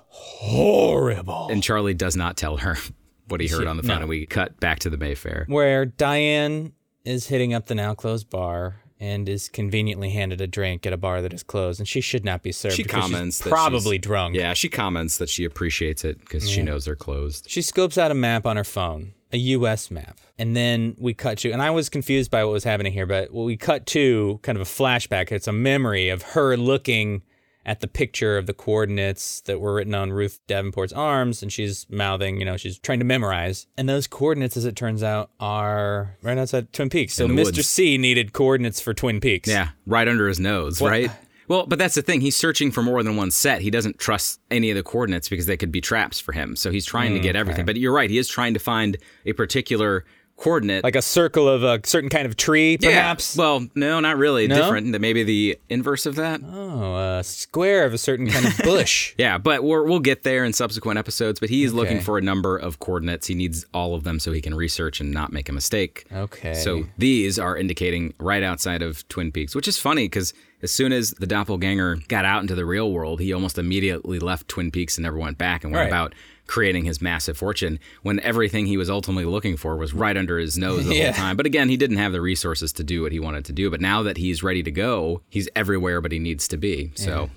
[SPEAKER 1] horrible."
[SPEAKER 2] And Charlie does not tell her what he heard on the phone. And we cut back to the Mayfair.
[SPEAKER 1] Where Diane is hitting up the now closed bar and is conveniently handed a drink at a bar that is closed, and she should not be served.
[SPEAKER 2] She
[SPEAKER 1] because she's
[SPEAKER 2] comments that
[SPEAKER 1] probably
[SPEAKER 2] she's-
[SPEAKER 1] drunk.
[SPEAKER 2] Yeah, she comments that she appreciates it because she knows they're closed.
[SPEAKER 1] She scopes out a map on her phone, a US map, and then we cut to, and I was confused by what was happening here, but we cut to kind of a flashback. It's a memory of her looking at the picture of the coordinates that were written on Ruth Davenport's arms, and she's mouthing, you know, she's trying to memorize. And those coordinates, as it turns out, are right outside Twin Peaks. So
[SPEAKER 2] the
[SPEAKER 1] Mr.
[SPEAKER 2] woods.
[SPEAKER 1] C needed coordinates for Twin Peaks.
[SPEAKER 2] Yeah, right under his nose, right? Well, but that's the thing. He's searching for more than one set. He doesn't trust any of the coordinates because they could be traps for him. So he's trying to get everything. But you're right. He is trying to find a particular coordinate.
[SPEAKER 1] Like a circle of a certain kind of tree,
[SPEAKER 2] Yeah.
[SPEAKER 1] perhaps.
[SPEAKER 2] Well, no, not really. Different. That Maybe the inverse of that.
[SPEAKER 1] Oh, a square of a certain kind of bush.
[SPEAKER 2] Yeah, but we're, we'll get there in subsequent episodes. But he is looking
[SPEAKER 1] Okay.
[SPEAKER 2] for a number of coordinates. He needs all of them so he can research and not make a mistake.
[SPEAKER 1] Okay.
[SPEAKER 2] So these are indicating right outside of Twin Peaks, which is funny because as soon as the doppelganger got out into the real world, he almost immediately left Twin Peaks and never went back and went
[SPEAKER 1] Right.
[SPEAKER 2] about creating his massive fortune when everything he was ultimately looking for was right under his nose the
[SPEAKER 1] Yeah.
[SPEAKER 2] whole time. But again, he didn't have the resources to do what he wanted to do. But now that he's ready to go, he's everywhere but he needs to be. So.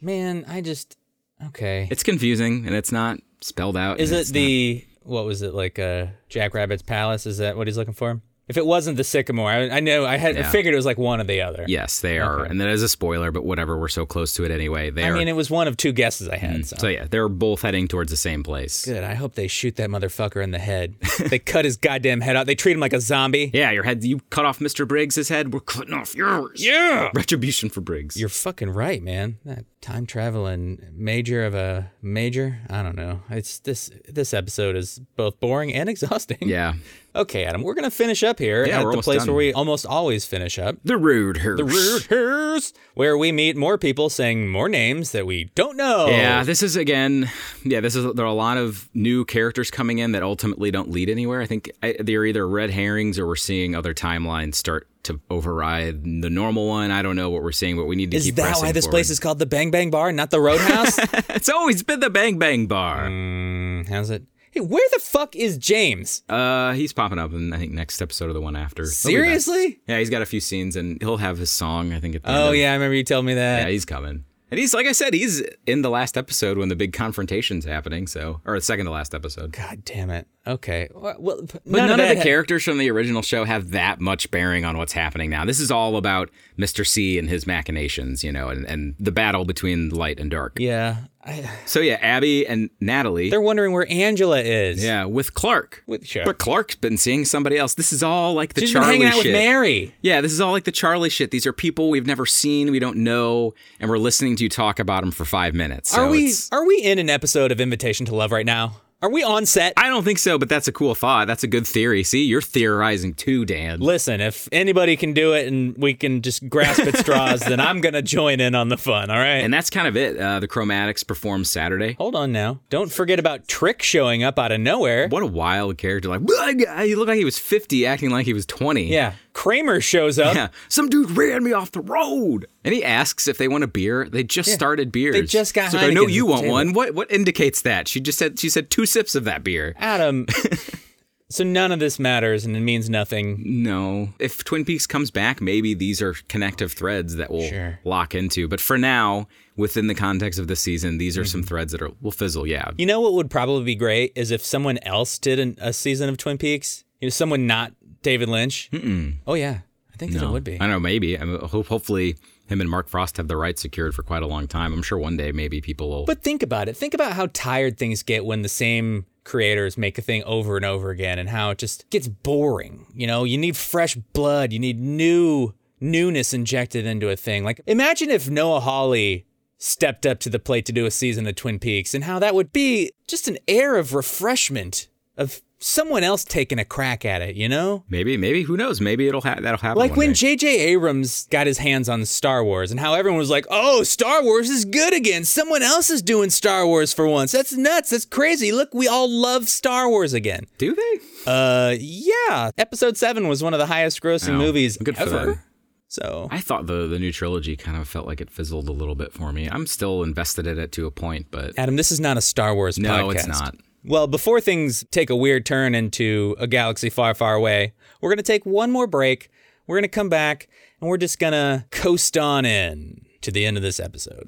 [SPEAKER 1] Man, I just okay.
[SPEAKER 2] It's confusing and it's not spelled out.
[SPEAKER 1] Is
[SPEAKER 2] and
[SPEAKER 1] it
[SPEAKER 2] it's
[SPEAKER 1] the what was it like? Uh, Jackrabbit's Palace? Is that what he's looking for? If it wasn't the Sycamore, I, I know I had I figured it was like one or the other.
[SPEAKER 2] not- Yes, they are. And that is a spoiler, but whatever. We're so close to it anyway. They
[SPEAKER 1] I
[SPEAKER 2] are.
[SPEAKER 1] mean it was one of two guesses I had. So.
[SPEAKER 2] so yeah, they're both heading towards the same place.
[SPEAKER 1] good. I hope they shoot that motherfucker in the head. they cut his goddamn head off. They treat him like a zombie.
[SPEAKER 2] Yeah, your head. You cut off Mr. Briggs' head. We're cutting off yours.
[SPEAKER 1] Yeah.
[SPEAKER 2] Retribution for Briggs.
[SPEAKER 1] You're fucking right, man. That time traveling major of a major. I don't know. It's this this episode is both boring and exhausting.
[SPEAKER 2] yeah.
[SPEAKER 1] Okay, Adam, we're gonna finish up here
[SPEAKER 2] Yeah,
[SPEAKER 1] at
[SPEAKER 2] we're
[SPEAKER 1] the
[SPEAKER 2] almost
[SPEAKER 1] place
[SPEAKER 2] done.
[SPEAKER 1] where we almost always finish up.
[SPEAKER 2] The rude hurt.
[SPEAKER 1] The Rude Hairs, where we meet more people saying more names that we don't know.
[SPEAKER 2] Yeah, this is again. Yeah, this is there are a lot of new characters coming in that ultimately don't lead anywhere. I think I, they're either red herrings or we're seeing other timelines start to override the normal one. I don't know what we're seeing, but we need to
[SPEAKER 1] Is
[SPEAKER 2] keep.
[SPEAKER 1] that
[SPEAKER 2] pressing
[SPEAKER 1] why this
[SPEAKER 2] forward.
[SPEAKER 1] place is called the Bang Bang Bar, and not the Roadhouse?
[SPEAKER 2] It's always been the Bang Bang Bar.
[SPEAKER 1] Mm. How's it? Hey, where the fuck is James?
[SPEAKER 2] Uh, he's popping up in I think next episode or the one after. He'll be back.
[SPEAKER 1] Seriously?
[SPEAKER 2] Yeah, he's got a few scenes and he'll have his song. I think. At the end
[SPEAKER 1] Oh
[SPEAKER 2] of-
[SPEAKER 1] yeah, I remember you telling me that.
[SPEAKER 2] yeah, he's coming. And he's like I said, he's in the last episode when the big confrontation's happening. So, or the second to last episode.
[SPEAKER 1] God damn it. Okay. Well, well, p-
[SPEAKER 2] But none, of
[SPEAKER 1] that
[SPEAKER 2] the
[SPEAKER 1] ha-
[SPEAKER 2] characters from the original show have that much bearing on what's happening now. This is all about Mr. C and his machinations, you know, and, and the battle between light and dark.
[SPEAKER 1] Yeah, I,
[SPEAKER 2] So yeah, Abby and Natalie.
[SPEAKER 1] they're wondering where Angela is.
[SPEAKER 2] yeah, with Clark.
[SPEAKER 1] With- sure.
[SPEAKER 2] But Clark's been seeing somebody else. This is all like the
[SPEAKER 1] She's been
[SPEAKER 2] Charlie
[SPEAKER 1] hanging out
[SPEAKER 2] shit.
[SPEAKER 1] with Mary.
[SPEAKER 2] Yeah, this is all like the Charlie shit. These are people we've never seen, we don't know, and we're listening to you talk about them for five minutes. So
[SPEAKER 1] are we?
[SPEAKER 2] it's-
[SPEAKER 1] Are we in an episode of Invitation to Love right now? Are we on set?
[SPEAKER 2] I don't think so, but that's a cool thought. That's a good theory. See, you're theorizing too, Dan.
[SPEAKER 1] Listen, if anybody can do it and we can just grasp at straws, then I'm going to join in on the fun, all right?
[SPEAKER 2] and that's kind of it. Uh, the Chromatics perform Saturday.
[SPEAKER 1] Hold on now. Don't forget about Trick showing up out of nowhere.
[SPEAKER 2] What a wild character! Like, "Wah!" he looked like he was fifty, acting like he was twenty.
[SPEAKER 1] Yeah. Kramer shows up.
[SPEAKER 2] yeah. Some dude ran me off the road, and he asks if they want a beer. They just started beers.
[SPEAKER 1] They just got
[SPEAKER 2] So I know
[SPEAKER 1] Heineken's
[SPEAKER 2] you
[SPEAKER 1] at the
[SPEAKER 2] want
[SPEAKER 1] table."
[SPEAKER 2] one. What what indicates that? She just said she said two sips of that beer.
[SPEAKER 1] Adam, So none of this matters and it means nothing.
[SPEAKER 2] No. If Twin Peaks comes back, maybe these are connective threads that we'll
[SPEAKER 1] Sure.
[SPEAKER 2] lock into. But for now, within the context of the season, these are some threads that are will fizzle. Yeah.
[SPEAKER 1] Mm-hmm. You know what would probably be great is if someone else did an, a season of Twin Peaks? You know, someone not David Lynch? Mm-mm. Oh, yeah. I think that it would be.
[SPEAKER 2] I don't know. Maybe. I mean, ho- hopefully, him and Mark Frost have the rights secured for quite a long time. I'm sure one day maybe people will.
[SPEAKER 1] But think about it. Think about how tired things get when the same creators make a thing over and over again and how it just gets boring. You know, you need fresh blood, you need new newness injected into a thing. Like imagine if Noah Hawley stepped up to the plate to do a season of Twin Peaks and how that would be just an air of refreshment of someone else taking a crack at it, you know?
[SPEAKER 2] maybe. Maybe. Who knows? Maybe it'll ha- that'll happen.
[SPEAKER 1] Like
[SPEAKER 2] one
[SPEAKER 1] when
[SPEAKER 2] day.
[SPEAKER 1] J.J. Abrams got his hands on Star Wars and how everyone was like, oh, Star Wars is good again. Someone else is doing Star Wars for once. That's nuts. That's crazy. Look, we all love Star Wars again.
[SPEAKER 2] do they?
[SPEAKER 1] Uh, yeah. Episode 7 was one of the highest grossing
[SPEAKER 2] Wow.
[SPEAKER 1] movies
[SPEAKER 2] Good for
[SPEAKER 1] ever.
[SPEAKER 2] them.
[SPEAKER 1] So,
[SPEAKER 2] I thought the the new trilogy kind of felt like it fizzled a little bit for me. I'm still invested in it to a point, but
[SPEAKER 1] Adam, this is not a Star Wars podcast.
[SPEAKER 2] no, it's not.
[SPEAKER 1] Well, before things take a weird turn into a galaxy far, far away, we're going to take one more break. We're going to come back and we're just going to coast on in to the end of this episode.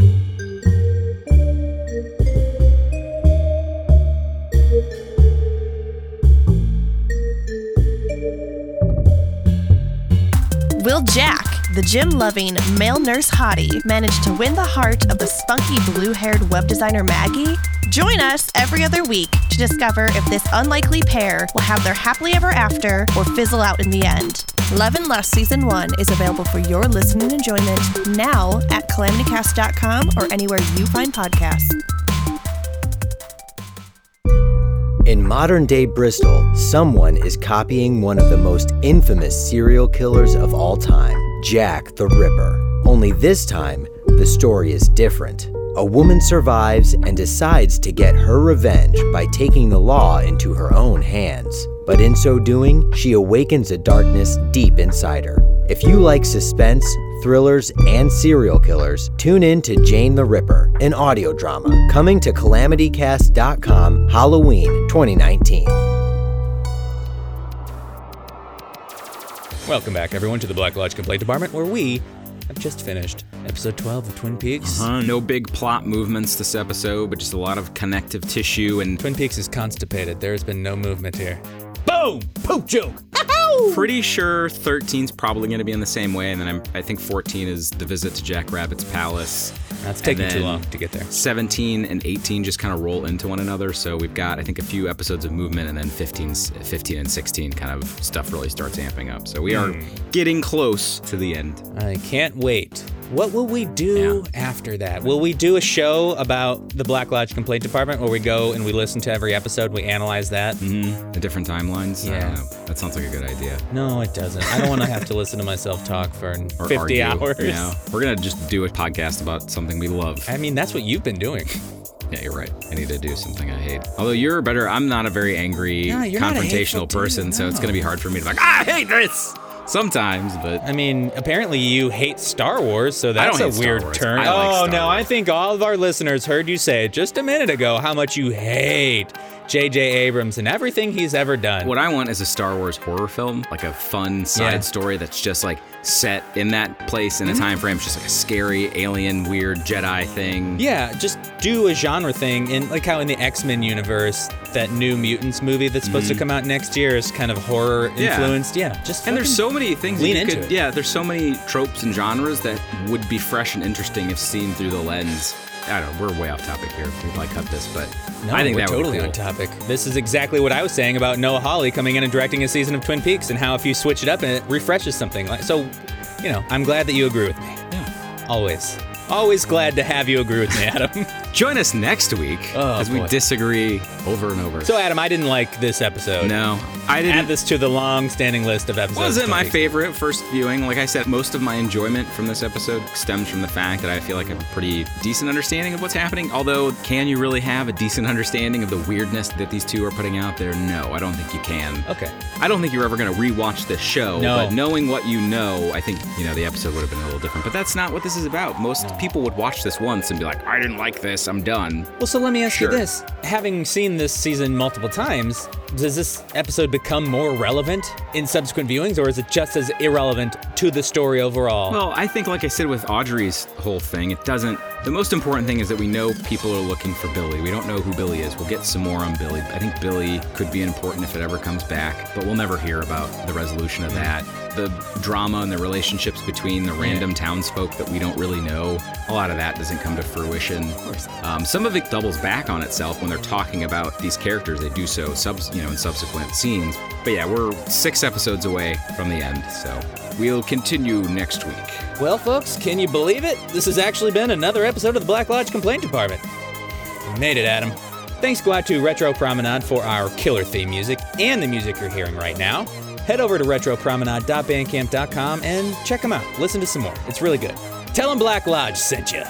[SPEAKER 7] Will Jack, the gym loving male nurse hottie, manage to win the heart of the spunky blue haired web designer Maggie? Join us every other week to discover if this unlikely pair will have their happily ever after or fizzle out in the end. Love and Lust Season 1 is available for your listening enjoyment now at calamitycast.com or anywhere you find podcasts.
[SPEAKER 8] In modern day Bristol, someone is copying one of the most infamous serial killers of all time, Jack the Ripper. Only this time, the story is different. A woman survives and decides to get her revenge by taking the law into her own hands. But in so doing, she awakens a darkness deep inside her. If you like suspense, thrillers, and serial killers, tune in to Jane the Ripper, an audio drama coming to calamitycast.com Halloween 2019.
[SPEAKER 1] Welcome back, everyone, to the Black Lodge Complaint Department, where we have just finished episode 12 of Twin Peaks.
[SPEAKER 2] Uh, no big plot movements this episode, but just a lot of connective tissue and
[SPEAKER 1] Twin Peaks is constipated. There has been no movement here. Boom! Poop joke!
[SPEAKER 2] pretty sure 13's probably going to be in the same way and then I'm, i think 14 is the visit to jack rabbit's palace
[SPEAKER 1] That's taking
[SPEAKER 2] And
[SPEAKER 1] too
[SPEAKER 2] then-
[SPEAKER 1] long to get there.
[SPEAKER 2] 17 and 18 just kind of roll into one another so we've got i think a few episodes of movement and then 15, 15 and 16 kind of stuff really starts amping up so we are
[SPEAKER 1] Hmm.
[SPEAKER 2] getting close to the end
[SPEAKER 1] I can't wait. What will we do after that? Will we do a show about the Black Lodge Complaint Department where we go and we listen to every episode, we analyze that?
[SPEAKER 2] the different timelines I don't
[SPEAKER 1] Yeah.
[SPEAKER 2] know. that sounds like a good idea
[SPEAKER 1] No, it doesn't. I don't want to have to listen to myself talk for 50
[SPEAKER 2] argue,
[SPEAKER 1] hours.
[SPEAKER 2] you know? we're gonna just do a podcast about something we love
[SPEAKER 1] I mean, that's what you've been doing.
[SPEAKER 2] Yeah, you're right. I need to do something I hate. Although you're better, I'm not a very angry,
[SPEAKER 1] No, you're not a hateful
[SPEAKER 2] confrontational
[SPEAKER 1] dude,
[SPEAKER 2] person, so it's
[SPEAKER 1] no.
[SPEAKER 2] going to be hard for me to be like, I hate this sometimes, but
[SPEAKER 1] I mean, apparently you hate Star Wars, so that's
[SPEAKER 2] don't
[SPEAKER 1] a
[SPEAKER 2] hate Star
[SPEAKER 1] weird
[SPEAKER 2] Wars.
[SPEAKER 1] turn.
[SPEAKER 2] I like
[SPEAKER 1] oh
[SPEAKER 2] Star
[SPEAKER 1] no, I
[SPEAKER 2] Wars.
[SPEAKER 1] think all of our listeners heard you say just a minute ago how much you hate J.J. Abrams and everything he's ever done.
[SPEAKER 2] what I want is a Star Wars horror film, like a fun side
[SPEAKER 1] Yeah.
[SPEAKER 2] story that's just like set in that place in
[SPEAKER 1] Mm-hmm.
[SPEAKER 2] a time frame, It's just like a scary alien, weird Jedi thing.
[SPEAKER 1] yeah, just do a genre thing, and like how in the X Men universe, that new Mutants movie that's supposed to come out next year is kind of horror
[SPEAKER 2] Mm. Yeah.
[SPEAKER 1] influenced. Yeah, just
[SPEAKER 2] And there's
[SPEAKER 1] fucking-
[SPEAKER 2] so many things that
[SPEAKER 1] lean
[SPEAKER 2] you
[SPEAKER 1] into
[SPEAKER 2] could,
[SPEAKER 1] it.
[SPEAKER 2] yeah, there's so many tropes and genres that would be fresh and interesting if seen through the lens. I don't know, we're way off topic here. We probably cut this, but
[SPEAKER 1] No,
[SPEAKER 2] I think
[SPEAKER 1] we're
[SPEAKER 2] that would
[SPEAKER 1] totally
[SPEAKER 2] be cool.
[SPEAKER 1] on topic. This is exactly what I was saying about Noah Hawley coming in and directing a season of Twin Peaks, and how if you switch it up and it refreshes something. Like so, you know, I'm glad that you agree with me. Yeah, always, always glad to have you agree with me, Adam.
[SPEAKER 2] Join us next week
[SPEAKER 1] Oh,
[SPEAKER 2] as we
[SPEAKER 1] boy.
[SPEAKER 2] disagree over and over.
[SPEAKER 1] so, Adam, I didn't like this episode.
[SPEAKER 2] no, I
[SPEAKER 1] Add
[SPEAKER 2] didn't.
[SPEAKER 1] this to the long-standing list of episodes. of
[SPEAKER 2] wasn't
[SPEAKER 1] Twin
[SPEAKER 2] my
[SPEAKER 1] Peaks.
[SPEAKER 2] favorite first viewing. Like I said, most of my enjoyment from this episode stems from the fact that I feel like I have a pretty decent understanding of what's happening. Although, can you really have a decent understanding of the weirdness that these two are putting out there? No, I don't think you can.
[SPEAKER 1] Okay.
[SPEAKER 2] I don't think you're ever going to rewatch this show.
[SPEAKER 1] No.
[SPEAKER 2] But knowing what you know, I think you know the episode would have been a little different. But that's not what this is about. Most people would watch this once and be like, I didn't like this, I'm done.
[SPEAKER 1] Well, so let me ask
[SPEAKER 2] Sure.
[SPEAKER 1] you this. Having seen this season multiple times, does this episode become more relevant in subsequent viewings, or is it just as irrelevant to the story overall?
[SPEAKER 2] Well, I think, like I said with Audrey's whole thing, it doesn't. The most important thing is that we know people are looking for Billy. We don't know who Billy is. We'll get some more on Billy. I think Billy could be important if it ever comes back, but we'll never hear about the resolution of that. The drama and the relationships between the random townsfolk that we don't really know, a lot of that doesn't come to fruition. Of course. Um, some of it doubles back on itself when they're talking about these characters. They do so, subs, you know, in subsequent scenes. But yeah, we're six episodes away from the end, so we'll continue next week.
[SPEAKER 1] Well, folks, can you believe it? This has actually been another episode of the Black Lodge Complaint Department. We made it, Adam. Thanks go out to Retro Promenade for our killer theme music and the music you're hearing right now. Head over to retropromenade.bandcamp.com and check them out. Listen to some more. It's really good. Tell them Black Lodge sent you.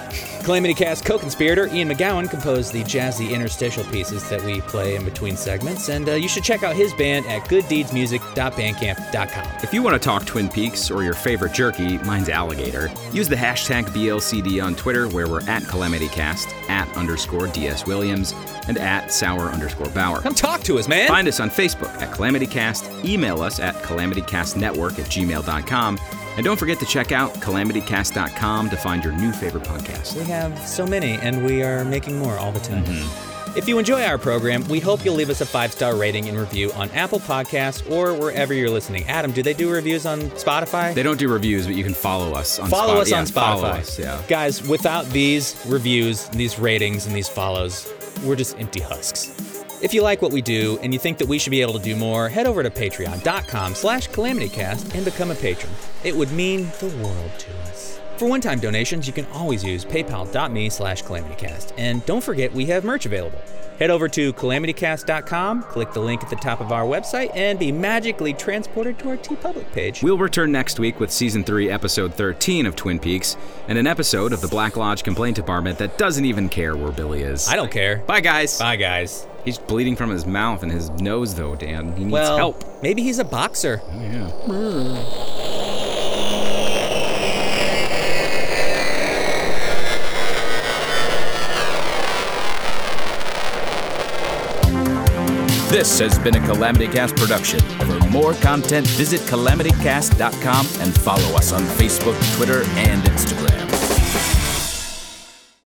[SPEAKER 1] Calamity Cast co-conspirator Ian McGowan composed the jazzy interstitial pieces that we play in between segments, and uh, you should check out his band at gooddeedsmusic.bandcamp.com.
[SPEAKER 2] If you want to talk Twin Peaks or your favorite jerky, mine's alligator. Use the hashtag BLCD on Twitter, where we're at CalamityCast, at underscore DS Williams, and at Sour underscore Bauer.
[SPEAKER 1] Come talk to us, man.
[SPEAKER 2] Find us on Facebook at CalamityCast, email us at CalamityCastNetwork at gmail.com, and don't forget to check out CalamityCast.com to find your new favorite podcast.
[SPEAKER 1] We have so many, and we are making more all the time. If you enjoy our program, we hope you'll leave us a five star rating and review on Apple Podcasts or wherever you're listening. Adam, do they do reviews on Spotify?
[SPEAKER 2] They don't do reviews, but you can follow us on
[SPEAKER 1] follow
[SPEAKER 2] Spot-
[SPEAKER 1] us
[SPEAKER 2] yeah,
[SPEAKER 1] on Spotify.
[SPEAKER 2] Follow us, yeah.
[SPEAKER 1] Guys, without these reviews, these ratings, and these follows, we're just empty husks. If you like what we do and you think that we should be able to do more, head over to patreon.com slash calamitycast and become a patron. It would mean the world to us. For one-time donations, you can always use paypal.me slash calamitycast. And don't forget, we have merch available. Head over to calamitycast.com, click the link at the top of our website, and be magically transported to our T-Public page.
[SPEAKER 2] We'll return next week with season 3, episode 13 of Twin Peaks, and an episode of the Black Lodge Complaint Department that doesn't even care where Billy is.
[SPEAKER 1] I don't care.
[SPEAKER 2] Bye, guys.
[SPEAKER 1] Bye, guys.
[SPEAKER 2] He's bleeding from his mouth and his nose, though, Dan. He needs
[SPEAKER 1] well,
[SPEAKER 2] help.
[SPEAKER 1] Maybe he's a boxer.
[SPEAKER 9] This has been a Calamity Cast production. For more content, visit calamitycast.com and follow us on Facebook, Twitter, and Instagram.